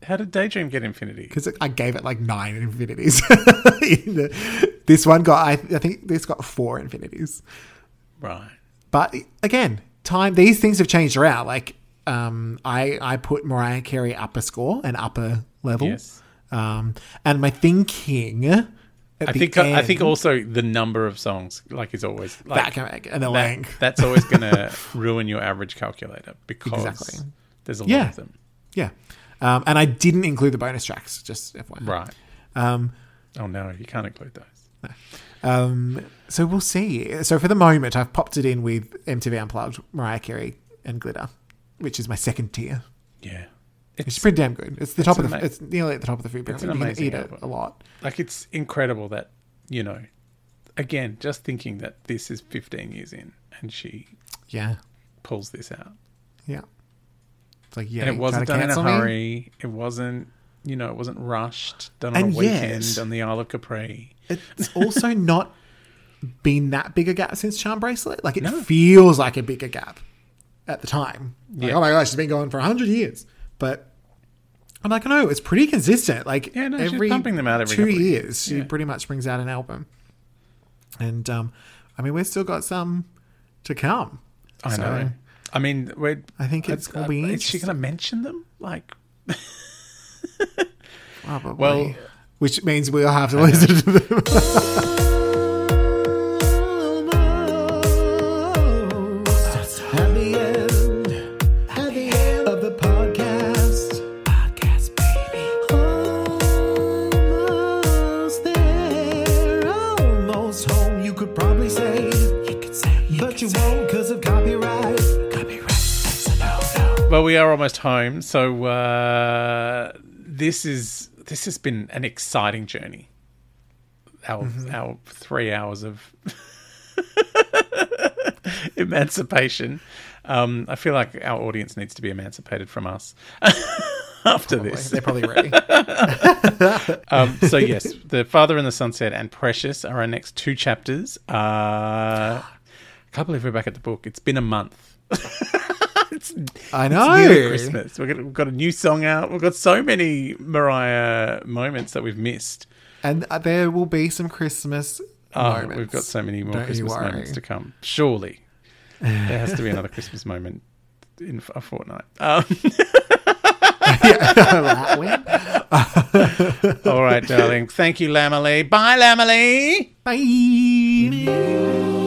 Speaker 2: how did Daydream
Speaker 1: (laughs)
Speaker 2: get infinity?
Speaker 1: Because I gave it like nine infinities. (laughs) In the- this one got, I, I think this got four infinities.
Speaker 2: Right.
Speaker 1: But again, time these things have changed around. Like um, I I put Mariah Carey up a score, an upper level.
Speaker 2: Yes.
Speaker 1: Um, and my thinking. At
Speaker 2: I think I think also the number of songs like is always like
Speaker 1: back and, and the
Speaker 2: that-
Speaker 1: length.
Speaker 2: that's always
Speaker 1: (laughs)
Speaker 2: going to ruin your average calculator because
Speaker 1: Exactly.
Speaker 2: there's a lot
Speaker 1: Yeah.
Speaker 2: of them.
Speaker 1: Yeah. Um, and I didn't include the bonus tracks. Just FYI.
Speaker 2: Right.
Speaker 1: Um,
Speaker 2: Oh no, you can't include those.
Speaker 1: um, so we'll see. So for the moment, I've popped it in with MTV Unplugged, Mariah Carey, and Glitter, which is my second tier.
Speaker 2: Yeah.
Speaker 1: It's
Speaker 2: It's
Speaker 1: pretty damn good. It's the top of the.
Speaker 2: ama-
Speaker 1: it's nearly at the top of the food pyramid.
Speaker 2: an
Speaker 1: You can
Speaker 2: amazing
Speaker 1: eat it
Speaker 2: album.
Speaker 1: a lot.
Speaker 2: like it's incredible that, you know, again, just thinking that this is 15 years in and she
Speaker 1: Yeah.
Speaker 2: pulls this out.
Speaker 1: Yeah. It's like yeah,
Speaker 2: and it
Speaker 1: you
Speaker 2: wasn't
Speaker 1: trying
Speaker 2: done
Speaker 1: to
Speaker 2: in
Speaker 1: cancel
Speaker 2: a
Speaker 1: me?
Speaker 2: hurry. It wasn't, you know, it wasn't rushed, done on
Speaker 1: And
Speaker 2: a weekend
Speaker 1: yet-
Speaker 2: on the Isle of Capri.
Speaker 1: It's
Speaker 2: (laughs)
Speaker 1: also not been that big a gap since Charm Bracelet. Like it
Speaker 2: No.
Speaker 1: feels like a bigger gap at the time. Like,
Speaker 2: Yeah.
Speaker 1: Oh my gosh, it's been going for hundred years. But I'm like, no, it's pretty consistent. Like
Speaker 2: Yeah, no, she's
Speaker 1: every
Speaker 2: pumping them out every
Speaker 1: two
Speaker 2: couple of years.
Speaker 1: years, she
Speaker 2: Yeah.
Speaker 1: pretty much brings out an album. And um, I mean, we've still got some to come.
Speaker 2: I
Speaker 1: So,
Speaker 2: know. I mean, we're,
Speaker 1: I think it's
Speaker 2: I-
Speaker 1: gonna
Speaker 2: I-
Speaker 1: be
Speaker 2: Is she going to mention them? Like,
Speaker 1: Probably.
Speaker 2: Well-
Speaker 1: which means we'll have to (laughs) listen to them.
Speaker 3: At the end, at the end of the podcast, podcast baby, almost there, almost home. You could probably say, you could say, but you won't because of copyright. Copyright, that's a no no.
Speaker 2: Well, we are almost home, so uh, this is this has been an exciting journey. Our
Speaker 1: Mm-hmm.
Speaker 2: our three hours of (laughs) emancipation. Um, I feel like our audience needs to be emancipated from us (laughs) after this.
Speaker 1: They're probably ready.
Speaker 2: Um, so yes, the Father and the Sunset and Precious are our next two chapters. Uh, I can't believe we're back at the book. It's been a month. (laughs)
Speaker 1: I know.
Speaker 2: nearly Christmas. We're gonna, we've got a new song out. We've got so many Mariah moments that we've missed.
Speaker 1: And uh, there will be some Christmas
Speaker 2: Oh,
Speaker 1: moments.
Speaker 2: we've got so many more
Speaker 1: Don't you
Speaker 2: Christmas
Speaker 1: worry.
Speaker 2: moments to come. Surely there has to be another Christmas moment in f- a fortnight. Um, (laughs)
Speaker 1: That went.
Speaker 2: all right, darling. Thank you, Lamely. Bye, Lamely.
Speaker 1: Bye.